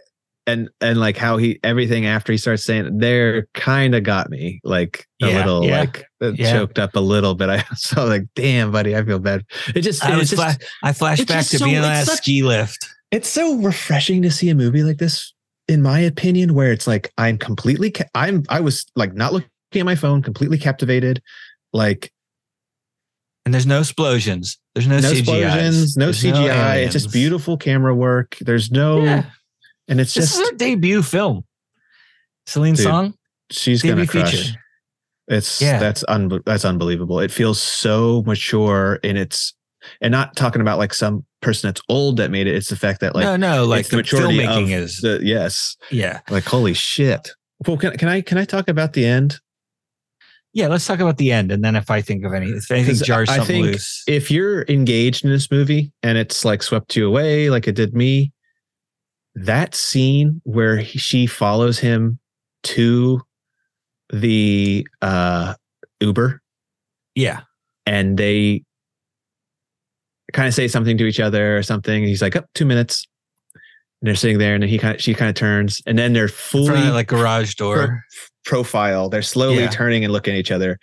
G: and and like how he everything after he starts saying there kind of got me like a
H: Yeah,
G: little
H: yeah,
G: like it
H: yeah.
G: choked up a little bit. I was so like, damn, buddy, I feel bad. It just,
H: I
G: it
H: was
G: just-
H: fla- I flashed
G: it's
H: back
G: just
H: to
G: so-
H: being on
G: it's
H: that
G: such-
H: ski lift.
G: it's so refreshing to see a movie like this, in my opinion, where it's like I'm completely, ca- I'm I was like not looking at my phone, completely captivated, like
H: And there's no explosions. There's no,
G: no
H: CGI.
G: explosions, no CGI. it's just beautiful camera work. There's no, and it's
H: This
G: just
H: is her debut film. Celine
G: Dude,
H: Song,
G: she's
H: debut
G: gonna crush.
H: feature.
G: It's
H: Yeah.
G: that's un- that's unbelievable. It feels so mature and it's and not talking about like some person that's old that made it. It's the fact that like
H: no, no, like
G: it's
H: the,
G: maturity
H: filmmaking
G: of
H: is.
G: the, yes,
H: yeah,
G: like holy shit. Well, can can I can I talk about the end?
H: yeah. Let's talk about the end, and then if I think of any, if anything
G: 'Cause I-
H: jars
G: I
H: something
G: think
H: loose,
G: If you're engaged in this movie and it's like swept you away, like it did me, that scene where he, she follows him to the uh Uber
H: yeah,
G: and they kind of say something to each other or something. And he's like, "Up two minutes," and they're sitting there, and then he kind of she kind of turns, and then they're
H: in
G: fully
H: front of that, like garage door,
G: profile. They're slowly
H: Yeah.
G: turning and looking at each other,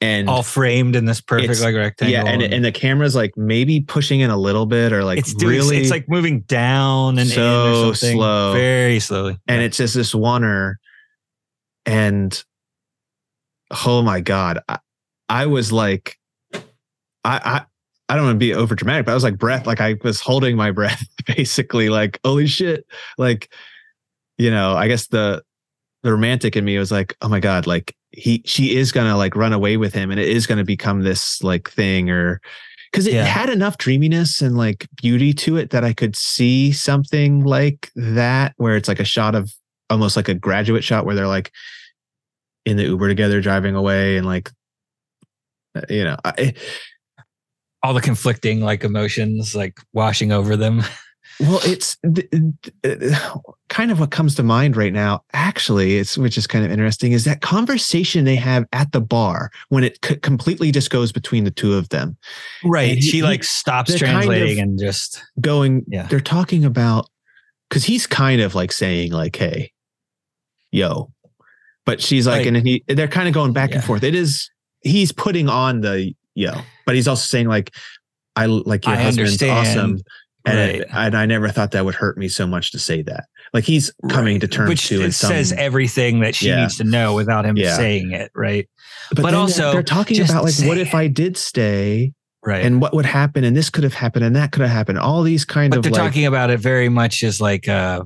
G: and
H: all framed in this perfect
G: It's-
H: like rectangle.
G: yeah, and and the camera's like maybe pushing in a little bit or like
H: it's doing,
G: really,
H: it's like moving down and in
G: so
H: or something,
G: slow.
H: very slowly,
G: and it's just this oneer, and oh my god, I, I was like, I I. I don't want to be over dramatic, but I was like breath, like I was holding my breath, basically, like holy shit, like you know, I guess the the romantic in me was like, oh my god, like he she is gonna like run away with him, and it is gonna become this like thing, or because it
H: Yeah.
G: had enough dreaminess and like beauty to it that I could see something like that, where it's like a shot of almost like a graduate shot where they're like in the Uber together driving away, and like uh, you know, I,
H: all the conflicting like emotions like washing over them.
G: Well, it's th- th- uh, kind of what comes to mind right now. Actually, it's which is kind of interesting is that conversation they have at the bar when it c- completely just goes between the two of them.
H: Right.
G: And
H: she
G: he-
H: like stops
G: they're kind of-
H: translating and just
G: Going,
H: Yeah.
G: they're talking about because he's kind of like saying like, "Hey, yo," but she's like,
H: Like-
G: and then he they're kind of going back and
H: Yeah.
G: forth. It is he's putting on the yo, but he's also saying like, "I l- like your
H: I
G: husband's
H: understand.
G: awesome." And,
H: Right.
G: and I never thought that would hurt me so much to say that. Like he's coming to
H: Right.
G: terms
H: which
G: to
H: it
G: in some,
H: says everything that she
G: Yeah.
H: needs to know without him
G: Yeah.
H: saying it. Right. but
G: then
H: also,
G: they're talking
H: just
G: about like,
H: say
G: what if
H: it.
G: I did stay,
H: Right.
G: and what would happen, and this could have happened, and that could have happened. All these kind
H: but
G: of
H: they're
G: like,
H: talking about it very much as like uh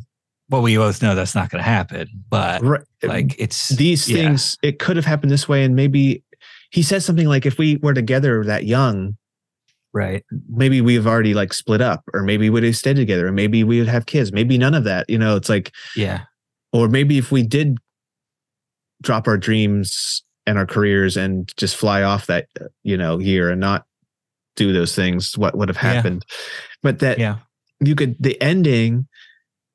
H: well, we both know that's not gonna happen. But
G: ri-
H: like it's
G: these
H: yeah.
G: things. It could have happened this way, and maybe he says something like, if we were together that young,
H: right.
G: maybe we've already like split up, or maybe we'd have stayed together, or maybe we would have kids, maybe none of that. You know, it's like
H: Yeah.
G: or maybe if we did drop our dreams and our careers and just fly off that uh, you know year and not do those things what would have
H: Yeah.
G: happened but that
H: Yeah.
G: you could the ending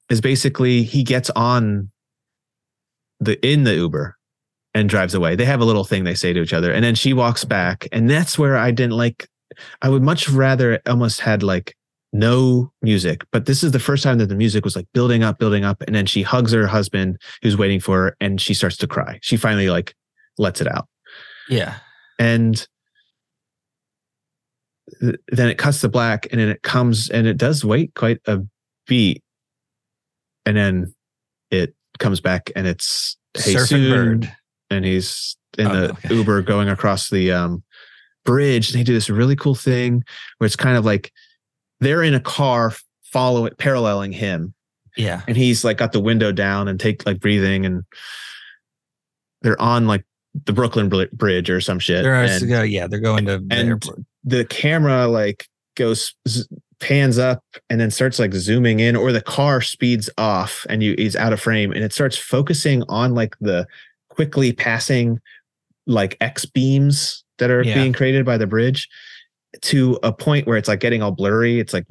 G: is basically he gets on the in the uber and drives away they have a little thing they say to each other and then she walks back and that's where i didn't like i would much rather it almost had like no music but this is the first time that the music was like building up building up and then she hugs her husband who's waiting for her and she starts to cry she finally like lets it out
H: Yeah.
G: and th- then it cuts to black and then it comes and it does wait quite a beat and then it comes back and it's hey
H: Surfing
G: soon,
H: bird.
G: and he's in
H: Oh,
G: the
H: okay.
G: Uber going across the um, bridge. And they do this really cool thing where it's kind of like they're in a car following paralleling him,
H: Yeah.
G: and he's like got the window down and take like breathing, and they're on like the Brooklyn Bri- Bridge or some shit.
H: They're,
G: and
H: uh, yeah, they're going to the
G: and-
H: airport.
G: the camera like goes z- pans up and then starts like zooming in or the car speeds off and you is out of frame and it starts focusing on like the quickly passing like x beams that are
H: Yeah.
G: being created by the bridge to a point where it's like getting all blurry it's like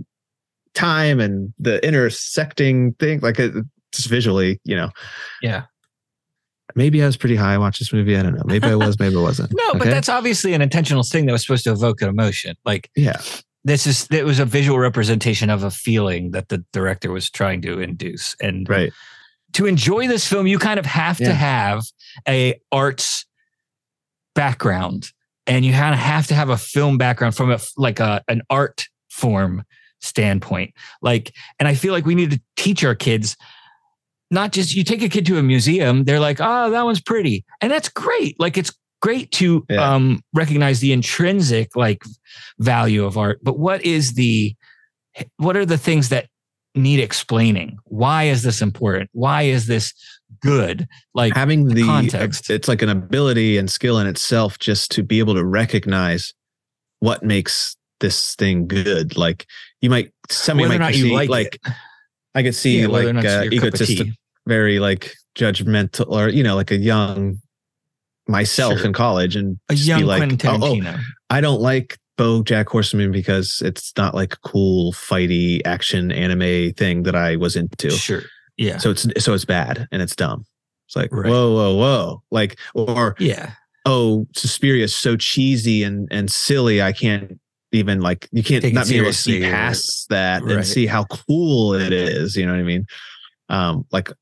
G: time and the intersecting thing like it, just visually you know
H: Yeah.
G: maybe i was pretty high i watched this movie i don't know maybe i was maybe i wasn't
H: No, but
G: Okay?
H: that's obviously an intentional thing that was supposed to evoke an emotion. Like
G: yeah
H: this is it was a visual representation of a feeling that the director was trying to induce. And
G: right
H: to enjoy this film, you kind of have
G: Yeah.
H: to have a arts background, and you kind of have to have a film background from a like a an art form standpoint. Like, and I feel like we need to teach our kids. Not just you take a kid to a museum, they're like, oh, that one's pretty. And that's great. Like it's great to
G: Yeah.
H: um recognize the intrinsic like value of art. But what is the what are the things that need explaining? Why is this important? Why is this good? Like,
G: having the
H: context.
G: it's like an ability and skill in itself just to be able to recognize what makes this thing good like you might somebody
H: Whether or
G: might
H: not you
G: see,
H: like
G: like, i could see
H: yeah, whether or not
G: like
H: it's
G: uh,
H: your cup of
G: egotistic
H: tea.
G: very like judgmental or you know like a young myself
H: Sure.
G: in college and
H: a
G: just
H: young
G: be like
H: Quentin
G: oh, oh
H: Tarantino.
G: i don't like bo jack horseman because it's not like a cool fighty action anime thing that i was into
H: Sure. Yeah.
G: so it's so it's bad and it's dumb. It's like
H: Right.
G: whoa, whoa, whoa. Like or
H: Yeah.
G: oh, Suspiria is so cheesy and and silly. I can't even like you can't
H: Take it
G: not be able to see
H: seriously or-
G: past that
H: Right.
G: and see how cool it is. You know what I mean? Um, like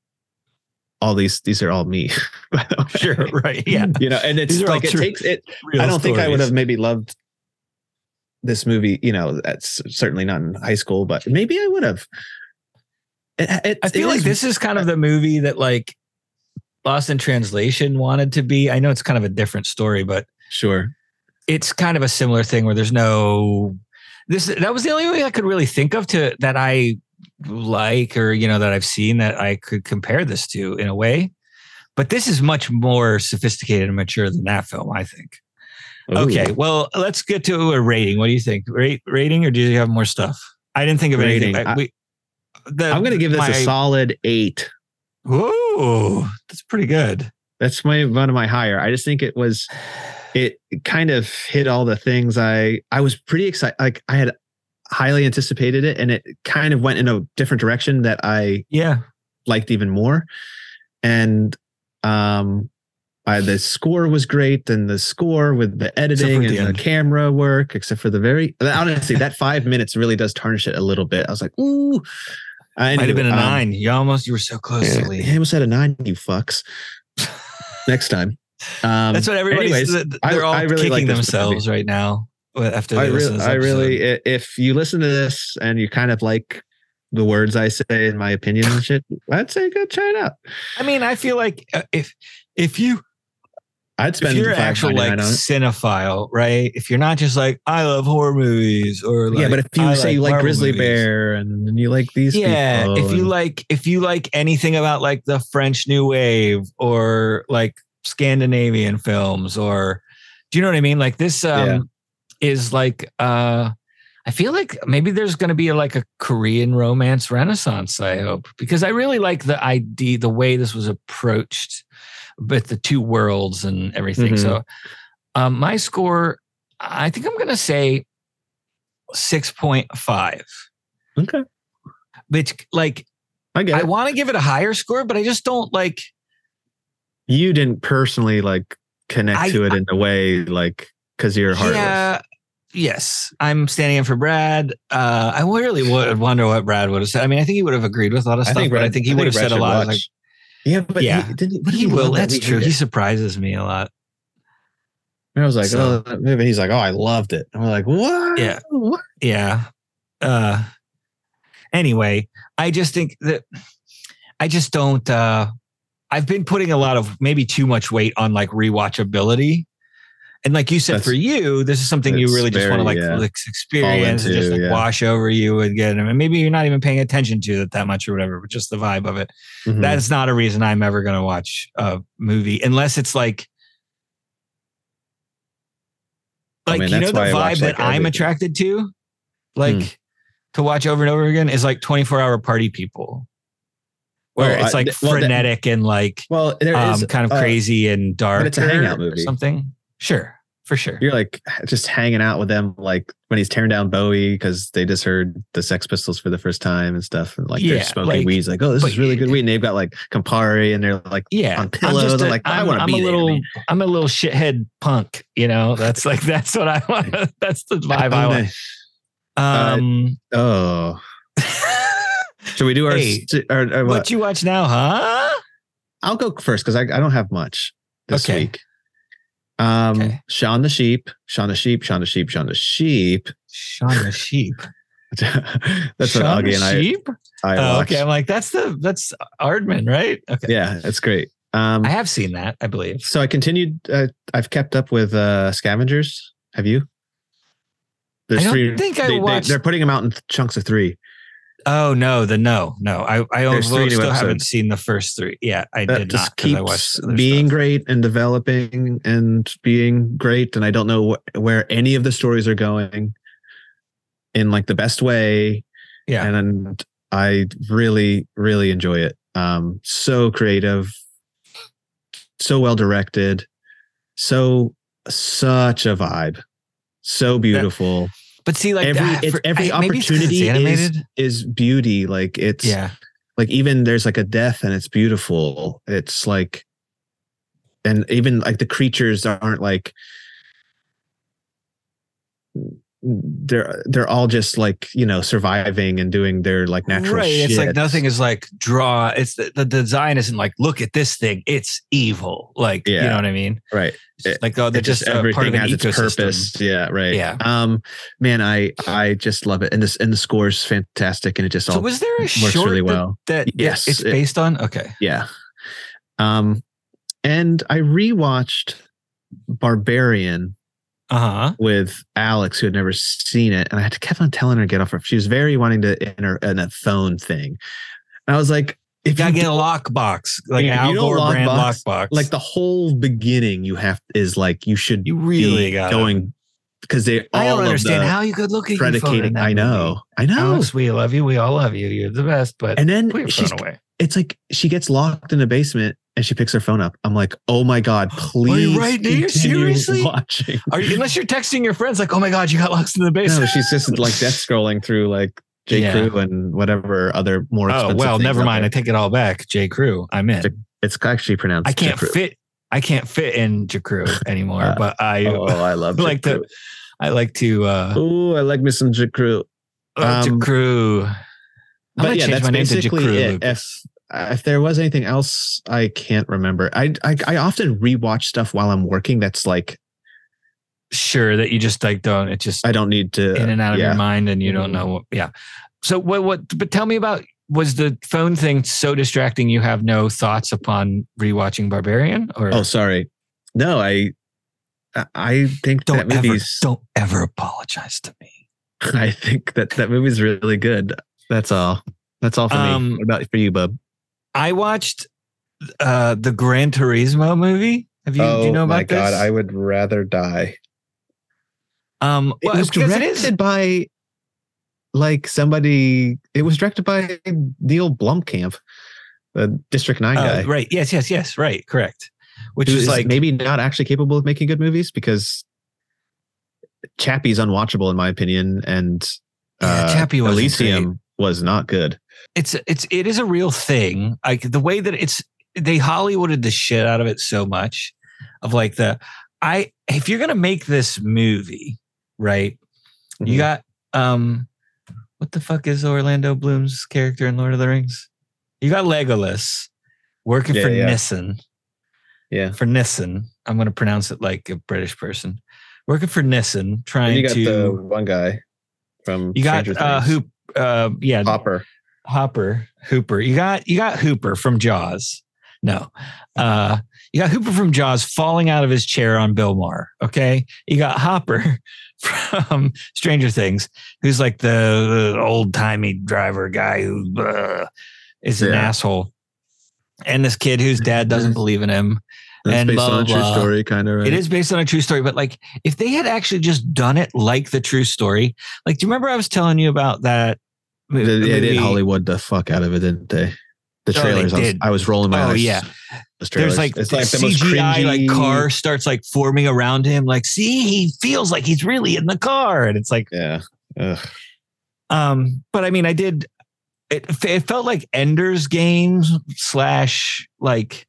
G: all these these are all me. by the way.
H: Sure. Right. Yeah.
G: You know, and it's
H: These are all
G: like it
H: true
G: takes it I don't think I would have maybe loved this movie. You know, that's certainly not in high school, but maybe I would have. It, it-
H: I feel
G: it
H: like
G: is-
H: this is kind of the movie that like Lost in Translation wanted to be. I know it's kind of a different story, but
G: sure.
H: it's kind of a similar thing where there's no this that was the only way I could really think of to that I like or you know that I've seen that I could compare this to in a way. But this is much more sophisticated and mature than that film, I think.
G: Oh,
H: Okay, well, let's get to a rating. What do you think? Rate rating or do you have more stuff? I didn't think of anything.
G: Rating.
H: I- we- the-
G: I'm going to give this
H: my-
G: a solid eight.
H: Ooh, that's pretty good.
G: That's my one of my higher. I just think it was it kind of hit all the things I I was pretty excited. Like I had highly anticipated it, and it kind of went in a different direction that I
H: Yeah.
G: liked even more. And um, I, the score was great, and the score with the editing
H: the
G: and the
H: end.
G: camera work, except for the very honestly, that five minutes really does tarnish it a little bit. I was like, ooh, I um,
H: Might have been a nine. You almost you were so close to Lee.
G: I almost had a nine, you fucks. Next time. Um,
H: That's what everybody's.
G: anyways,
H: th-
G: I-
H: they're all
G: I really
H: kicking
G: like this
H: themselves right now after they
G: I
H: listen to
G: really,
H: this
G: I
H: episode.
G: really, i- if you listen to this and you kind of like the words I say and my opinion and shit, I'd say go try it out.
H: I mean, I feel like uh, if if you
G: I'd
H: if
G: spend
H: you're an
G: five
H: actual
G: ninety
H: like
G: nine on it.
H: cinephile, right? If you're not just like I love horror movies or like,
G: yeah, but if you
H: I
G: say you like
H: Marvel
G: Grizzly
H: movies.
G: Bear and, and you like these,
H: yeah,
G: people
H: if you
G: and-
H: like if you like anything about like the French New Wave or like Scandinavian films or do you know what I mean? Like this um
G: Yeah.
H: is like uh I feel like maybe there's going to be like a Korean romance renaissance. I hope because I really like the idea, the way this was approached, with the two worlds and everything.
G: Mhm.
H: So, um, my score, I think I'm going to say six point five.
G: okay,
H: Which like
G: I get
H: I
G: it.
H: want to give it a higher score, but I just don't like.
G: you didn't personally like connect
H: I-
G: to it in a way like because you're heartless.
H: Yeah. Yes, I'm standing in for Brad. Uh, I really would wonder what Brad would have said. I mean, I think he would have agreed with a lot of stuff, but I
G: Red-
H: think he would have
G: Red
H: said a
G: should
H: lot. of,
G: watch.
H: Like,
G: yeah, but
H: Yeah.
G: he, didn't,
H: he will. That's true. He
G: He's
H: surprises me a lot.
G: And I was like,
H: So-
G: oh, that movie. He's like, oh, I loved it. And we're like, what?
H: Yeah.
G: What?
H: yeah uh anyway i just think that i just don't uh i've been putting a lot of maybe too much weight on like rewatchability and like you said
G: That's-
H: for you this is something you
G: it's
H: really just want to
G: very,
H: like
G: yeah,
H: ex- experience and just
G: into,
H: like
G: yeah.
H: wash over you again and maybe you're not even paying attention to it that much or whatever but just the vibe of it
G: Mhm.
H: that's not a reason I'm ever going to watch a movie unless it's like,
G: I
H: like
G: mean,
H: you know
G: that's
H: the
G: why I watch,
H: vibe
G: like,
H: that I'm
G: everything.
H: attracted to, like
G: Hmm.
H: to watch over and over again is like 24 hour party people, where
G: Well,
H: it's
G: I-
H: like
G: well, that-
H: frenetic and like
G: Well, there
H: um,
G: is
H: kind of
G: uh,
H: crazy and dark.
G: it's a
H: or-
G: hangout
H: or
G: movie.
H: something. Sure, for sure.
G: You're like just hanging out with them, like when he's tearing down Bowie because they just heard the Sex Pistols for the first time and stuff, and like
H: Yeah,
G: they're smoking
H: like-
G: weeds. Like, oh, this
H: but-
G: is really good weed. And they've got like Campari, and they're like
H: yeah,
G: on pillows, I'm like, I wanna
H: I'm
G: be
H: a
G: there,
H: little,
G: man.
H: I'm a little shithead punk. You know, that's like that's what I want. That's the vibe I want. Um,
G: Oh, should we do our?
H: Hey,
G: st- our- our what?
H: what you watch now, huh?
G: I'll go first because I, I don't have much this
H: Okay.
G: week. Um,
H: Okay.
G: Shaun the Sheep, Shaun the Sheep, Shaun the Sheep, Shaun the Sheep.
H: Shaun the Sheep.
G: That's what
H: Shaun the
G: Augie and I.
H: Sheep?
G: I
H: oh,
G: watch.
H: okay. I'm like, that's the that's Ardman, right? Okay.
G: Yeah, it's great. Um,
H: I have seen that, I believe.
G: so I continued. Uh, I've kept up with uh, Scavengers. Have you? There's
H: I don't think I
G: they,
H: watched-
G: They, are putting them out in chunks of three.
H: Oh no, the no, no. I I
G: There's
H: overall
G: three new
H: still haven't
G: episodes.
H: seen the first three. Yeah, I
G: That
H: did
G: just
H: not 'cause I
G: keeps
H: watched other
G: being
H: stuff.
G: great and developing and being great. And I don't know wh- where any of the stories are going in like the best way.
H: Yeah.
G: and I really, really enjoy it. Um, so creative, so well directed, so such a vibe, so beautiful.
H: But see, like
G: every
H: ah,
G: it's,
H: for-
G: every
H: I- maybe it's 'cause it's
G: opportunity is, is beauty. Like it's
H: yeah.
G: like even there's like a death and it's beautiful it's like and even like the creatures aren't like they're they're all just like you know surviving and doing their like natural
H: right. It's like
G: shit.
H: nothing is like draw. It's the, the design isn't like look at this thing. It's evil. Like you
G: Yeah.
H: know what I mean?
G: right
H: It's just like oh, they're
G: It
H: just, a part of an ecosystem.
G: yeah right
H: Yeah.
G: um man i i just love it and this and the score's fantastic and it just
H: So
G: all
H: was there a
G: works
H: short
G: really
H: that-
G: well
H: that, that
G: Yes,
H: it's
G: it-
H: based on? Okay.
G: Yeah. Um, and I rewatched Barbarian
H: Uh huh.
G: with Alex, who had never seen it, and I had to kept on telling her to get off her. She was very wanting to enter in a phone thing. And I was like,
H: You
G: if you
H: gotta get
G: do-
H: a lock box, like
G: Yeah,
H: Al
G: you know
H: Gore
G: lock
H: brand
G: box,
H: lock box.
G: like the whole beginning, you have is like you should
H: you really
G: be
H: got
G: going because they all
H: I don't
G: of
H: understand
G: the
H: how you could look at your phone in
G: predicated.
H: that
G: I know, I
H: movie.
G: know.
H: Alex, we love you. We all love you. You're the best. But
G: and
H: put your
G: then she's
H: phone away.
G: it's like she gets locked in a basement and she picks her phone up. I'm like, oh my god,
H: Are
G: please!
H: you right there?
G: continue
H: Seriously?
G: watching?
H: Are you, unless you're texting your friends, like, oh my god, you got locked in the basement.
G: No, she's just like death scrolling through like J
H: Yeah.
G: Crew and whatever other more.
H: Oh
G: Expensive
H: well,
G: things
H: never
G: out
H: mind. I
G: there.
H: take it all back. J Crew, I'm in.
G: J- It's actually pronounced.
H: I can't
G: J. Crew.
H: fit. I can't fit in J Crew anymore.
G: Uh,
H: but I,
G: Oh, I love J.
H: like to-
G: Crew.
H: I like to uh,
G: Ooh, I like me some J Crew.
H: oh, J
G: um,
H: Crew. I'm gonna
G: But yeah,
H: change
G: that's
H: my name to
G: basically
H: Jacru,
G: it.
H: Lucas.
G: If if there was anything else, I can't remember. I I, I often rewatch stuff while I'm working. That's like
H: sure that you just like don't it just
G: I don't need to
H: in and out of
G: yeah. Mm-hmm.
H: your mind and you don't know what yeah so what what but tell me about was the phone thing so distracting you have no thoughts upon rewatching barbarian or
G: Oh, sorry. No, I I- I think that
H: don't ever
G: movie's.
H: don't ever apologize to me
G: I think that that movie's really good. That's all. That's all for
H: Um,
G: me. What about for you, bub?
H: i watched uh the gran turismo movie have you do you know about
G: Oh my god,
H: this
G: I would rather die.
H: um well,
G: it was
H: because it is
G: directed by like somebody. It was directed by Neil Blumkamp, the District Nine
H: uh,
G: guy.
H: right yes yes yes right correct which
G: Who
H: is
G: is
H: like
G: maybe not actually capable of making good movies because Chappie's unwatchable in my opinion, and
H: yeah,
G: uh,
H: Chappie wasn't great.
G: Elysium was not good.
H: it's it's it is a real thing. Like the way that it's they Hollywooded the shit out of it so much of like the I if you're gonna make this movie, right?
A: Mm-hmm.
H: You
G: Mhm.
H: got um what the fuck is Orlando Bloom's character in Lord of the Rings? You got Legolas working
G: Yeah,
H: for
G: yeah.
H: Nissan.
G: Yeah.
H: For Nissan. I'm going to pronounce it like a British person. Working for Nissen,
A: And
H: trying
A: you got
H: to.
A: the one guy from
H: you got
A: Stranger
H: uh,
A: Things.
H: Hoop. Uh, yeah,
A: Hopper.
H: Hopper, Hooper. You got you got Hooper from Jaws. No, uh, you got Hooper from Jaws falling out of his chair on Bill Maher. Okay, you got Hopper from Stranger Things, who's like the, old timey driver guy who uh, is an
G: Yeah.
H: asshole, and this kid whose dad doesn't believe in him.
G: That's
H: And
G: based
H: blah,
G: on a
H: blah,
G: true
H: blah.
G: story, kind of. Right?
H: It is based on a true story, but like if they had actually just done it like the true story, like do you remember I was telling you about that? mo-
G: They, they did
H: movie?
G: Hollywood the fuck out of it, didn't
A: Oh,
G: they? The
H: they
G: trailers. I, was,
H: did.
G: I was rolling my
H: Oh,
G: eyes.
H: yeah.
G: The
H: There's
G: trailers.
H: like,
A: It's like the most
H: CGI like
A: cringy-
H: car starts like forming around him. Like, see, he feels like he's really in the car, and it's like,
A: Yeah. Ugh.
H: um. But I mean, I did. It it felt like Ender's Game slash like,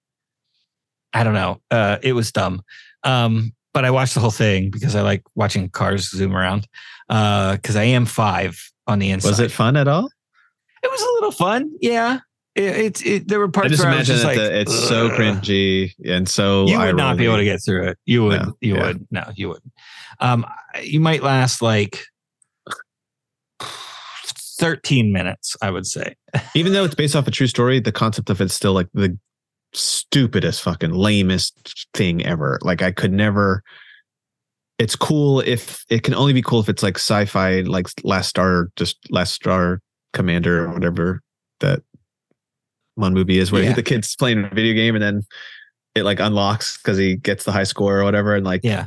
H: I don't know. Uh, it was dumb. Um, but I watched the whole thing because I like watching cars zoom around. Uh, because I am five on the inside.
G: was it fun at all?
H: It was a little fun. Yeah. It, it, it there were parts.
A: I just
H: where I was
A: imagine
H: just
A: that
H: like,
A: the- it's so
H: "Ugh."
A: cringy and so.
H: you would not be able to
A: eye-rolling.
H: get through it. You would,
A: Oh, No,
H: you
A: yeah.
H: would, no, you wouldn't. Um, you might last like thirteen minutes, I would say.
G: Even though it's based off a true story, the concept of it's still like the stupidest, fucking lamest thing ever. Like I could never. It's cool if it can only be cool if it's like sci-fi, like Last Star, just Last Star Commander or whatever that one movie is, where
H: Yeah.
G: the kid's playing a video game and then it like unlocks because he gets the high score or whatever, and like
H: Yeah,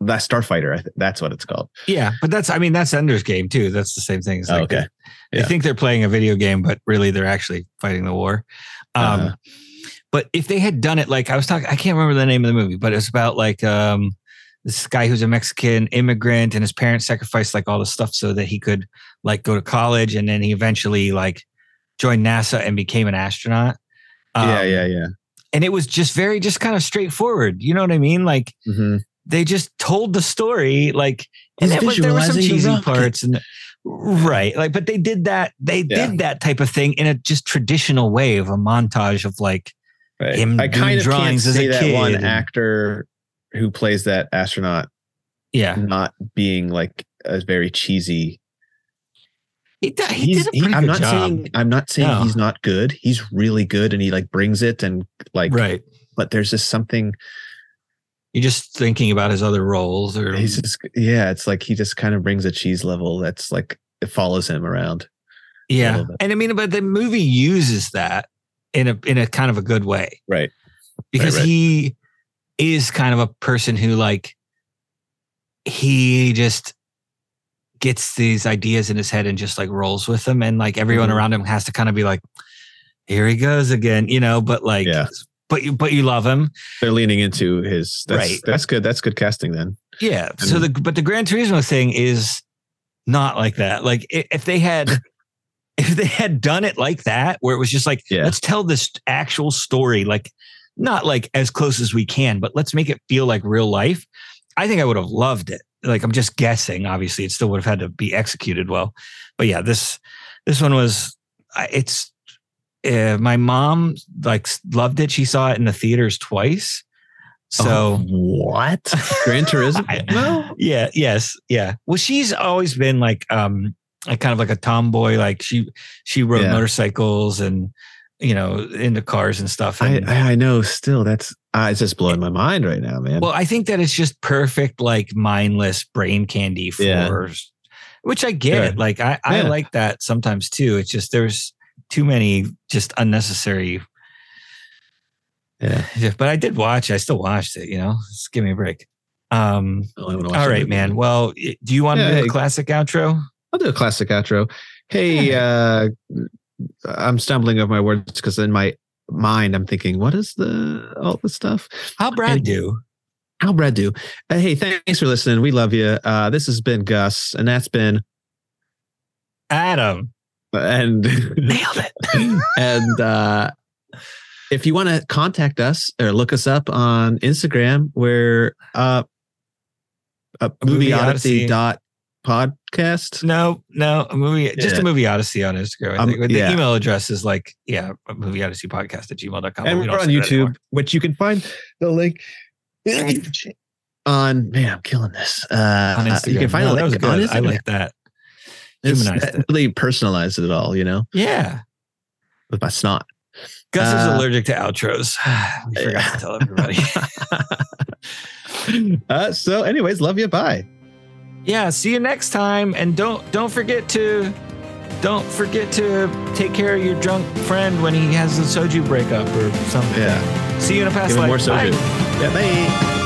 G: Last Starfighter, I th- that's what it's called.
H: yeah, but that's, I mean, that's Ender's Game too. That's the same thing. It's like
G: okay.
H: they,
G: Yeah.
H: think they're playing a video game, but really they're actually fighting the war. Um,
G: Uh-huh.
H: But if they had done it like I was talking, I can't remember the name of the movie, but it's about like um, this guy who's a Mexican immigrant and his parents sacrificed like all the stuff so that he could like go to college, and then he eventually like joined NASA and became an astronaut. Um,
G: yeah, yeah, yeah.
H: And it was just very, just kind of straightforward. You know what I mean? Like
G: Mm-hmm.
H: they just told the story like and
E: He's
H: it was- there were some
E: visualizing the
H: cheesy
E: rocket.
H: parts and right like but they did that they
A: Yeah.
H: did that type of thing in a just traditional way of a montage of like
A: Right.
H: him
A: I
H: doing
A: kind of can't
H: drawings as a
A: see that one
H: kid.
A: actor who plays that astronaut
H: yeah
A: not being like a very cheesy.
H: he, d- he
G: He's,
H: did a
G: he-
H: pretty
G: I'm
H: good
G: not
H: job
G: saying I'm not saying
H: No.
G: he's not good. He's really good, and he like brings it and like.
H: right
G: But there's just something.
H: you're just thinking about his other roles or
G: He's just yeah. It's like he just kind of brings a cheese level that's like it follows him around.
H: yeah
G: little bit.
H: and i mean but the movie uses that in a in a kind of a good way
A: Right.
H: because
A: right.
H: he is kind of a person who like he just gets these ideas in his head and just like rolls with them and like everyone around him has to kind of be like here he goes again you know but like
G: Yeah.
H: but you but you love him
G: They're leaning into his. That's,
H: Right.
G: That's good. That's good casting then.
H: yeah so the but the Gran Turismo thing is not like that like i- if they had if they had done it like that where it was just like
G: Yeah.
H: let's tell this actual story like not like as close as we can but let's make it feel like real life i think i would have loved it like i'm just guessing obviously it still would have had to be executed well but yeah this this one was I- it's uh, my mom like loved it she saw it in the theaters twice so
G: Oh, Uh-huh. what? Gran Turismo.
H: I- yeah, yes, yeah. Well, she's always been like um like kind of like a tomboy. Like she she rode
G: Yeah.
H: motorcycles and you know into cars and stuff.
G: I,
H: And,
G: I I know. Still, that's uh, it's just blowing my mind right now, man.
H: well, I think that it's just perfect like mindless brain candy for
G: Yeah.
H: which I get.
G: Sure.
H: Like I I
G: Yeah.
H: like that sometimes too. It's just there's too many just unnecessary.
G: Yeah.
H: But I did watch. I still watched it. You know, just give me a break. Um,
G: Oh, I wanna watch
H: all
G: that
H: right,
G: movie.
H: man. Well, y- do you want to
G: Yeah,
H: do
G: hey.
H: the classic outro?
G: I'll do a classic outro. Hey, uh I'm stumbling over my words because in my mind I'm thinking, what is the all this stuff?
H: How Brad
G: And-
H: do?
G: How Brad do? Uh, hey, thanks for listening. We love you. Uh, this has been Gus, and that's been
H: Adam.
G: and
H: Nailed it.
G: and uh, if you want to contact us or look us up on Instagram, we're uh, uh
H: Movie
G: movie
H: Odyssey.
G: odyssey dot podcast.
H: No, no, a movie, just a
G: Yeah.
H: movie odyssey on Instagram. I
G: Um,
H: think. But the
G: yeah.
H: email address is like, yeah, movie odyssey podcast at gmail.com.
G: and
H: We
G: we're
H: don't
G: on
H: say that anymore.
G: YouTube, which you can find the link on man, I'm killing this. Uh,
H: on
G: uh,
H: Instagram.
G: you can find
H: No,
G: a
H: that was
G: link on
H: good. I
G: Instagram.
H: like that.
G: It's-
H: humanized
G: that
H: it.
G: really personalized it all, you know,
H: Yeah.
G: with my snot.
H: Gus is
G: Uh,
H: allergic to outros. we forgot to tell everybody.
G: Uh, so, anyways, love you. Bye.
H: yeah, see you next time and don't don't forget to don't forget to take care of your drunk friend when he has a soju breakup or something.
G: Yeah.
H: See you in a past
G: Give him
H: life.
G: more
H: Bye.
G: soju. Yeah, bye.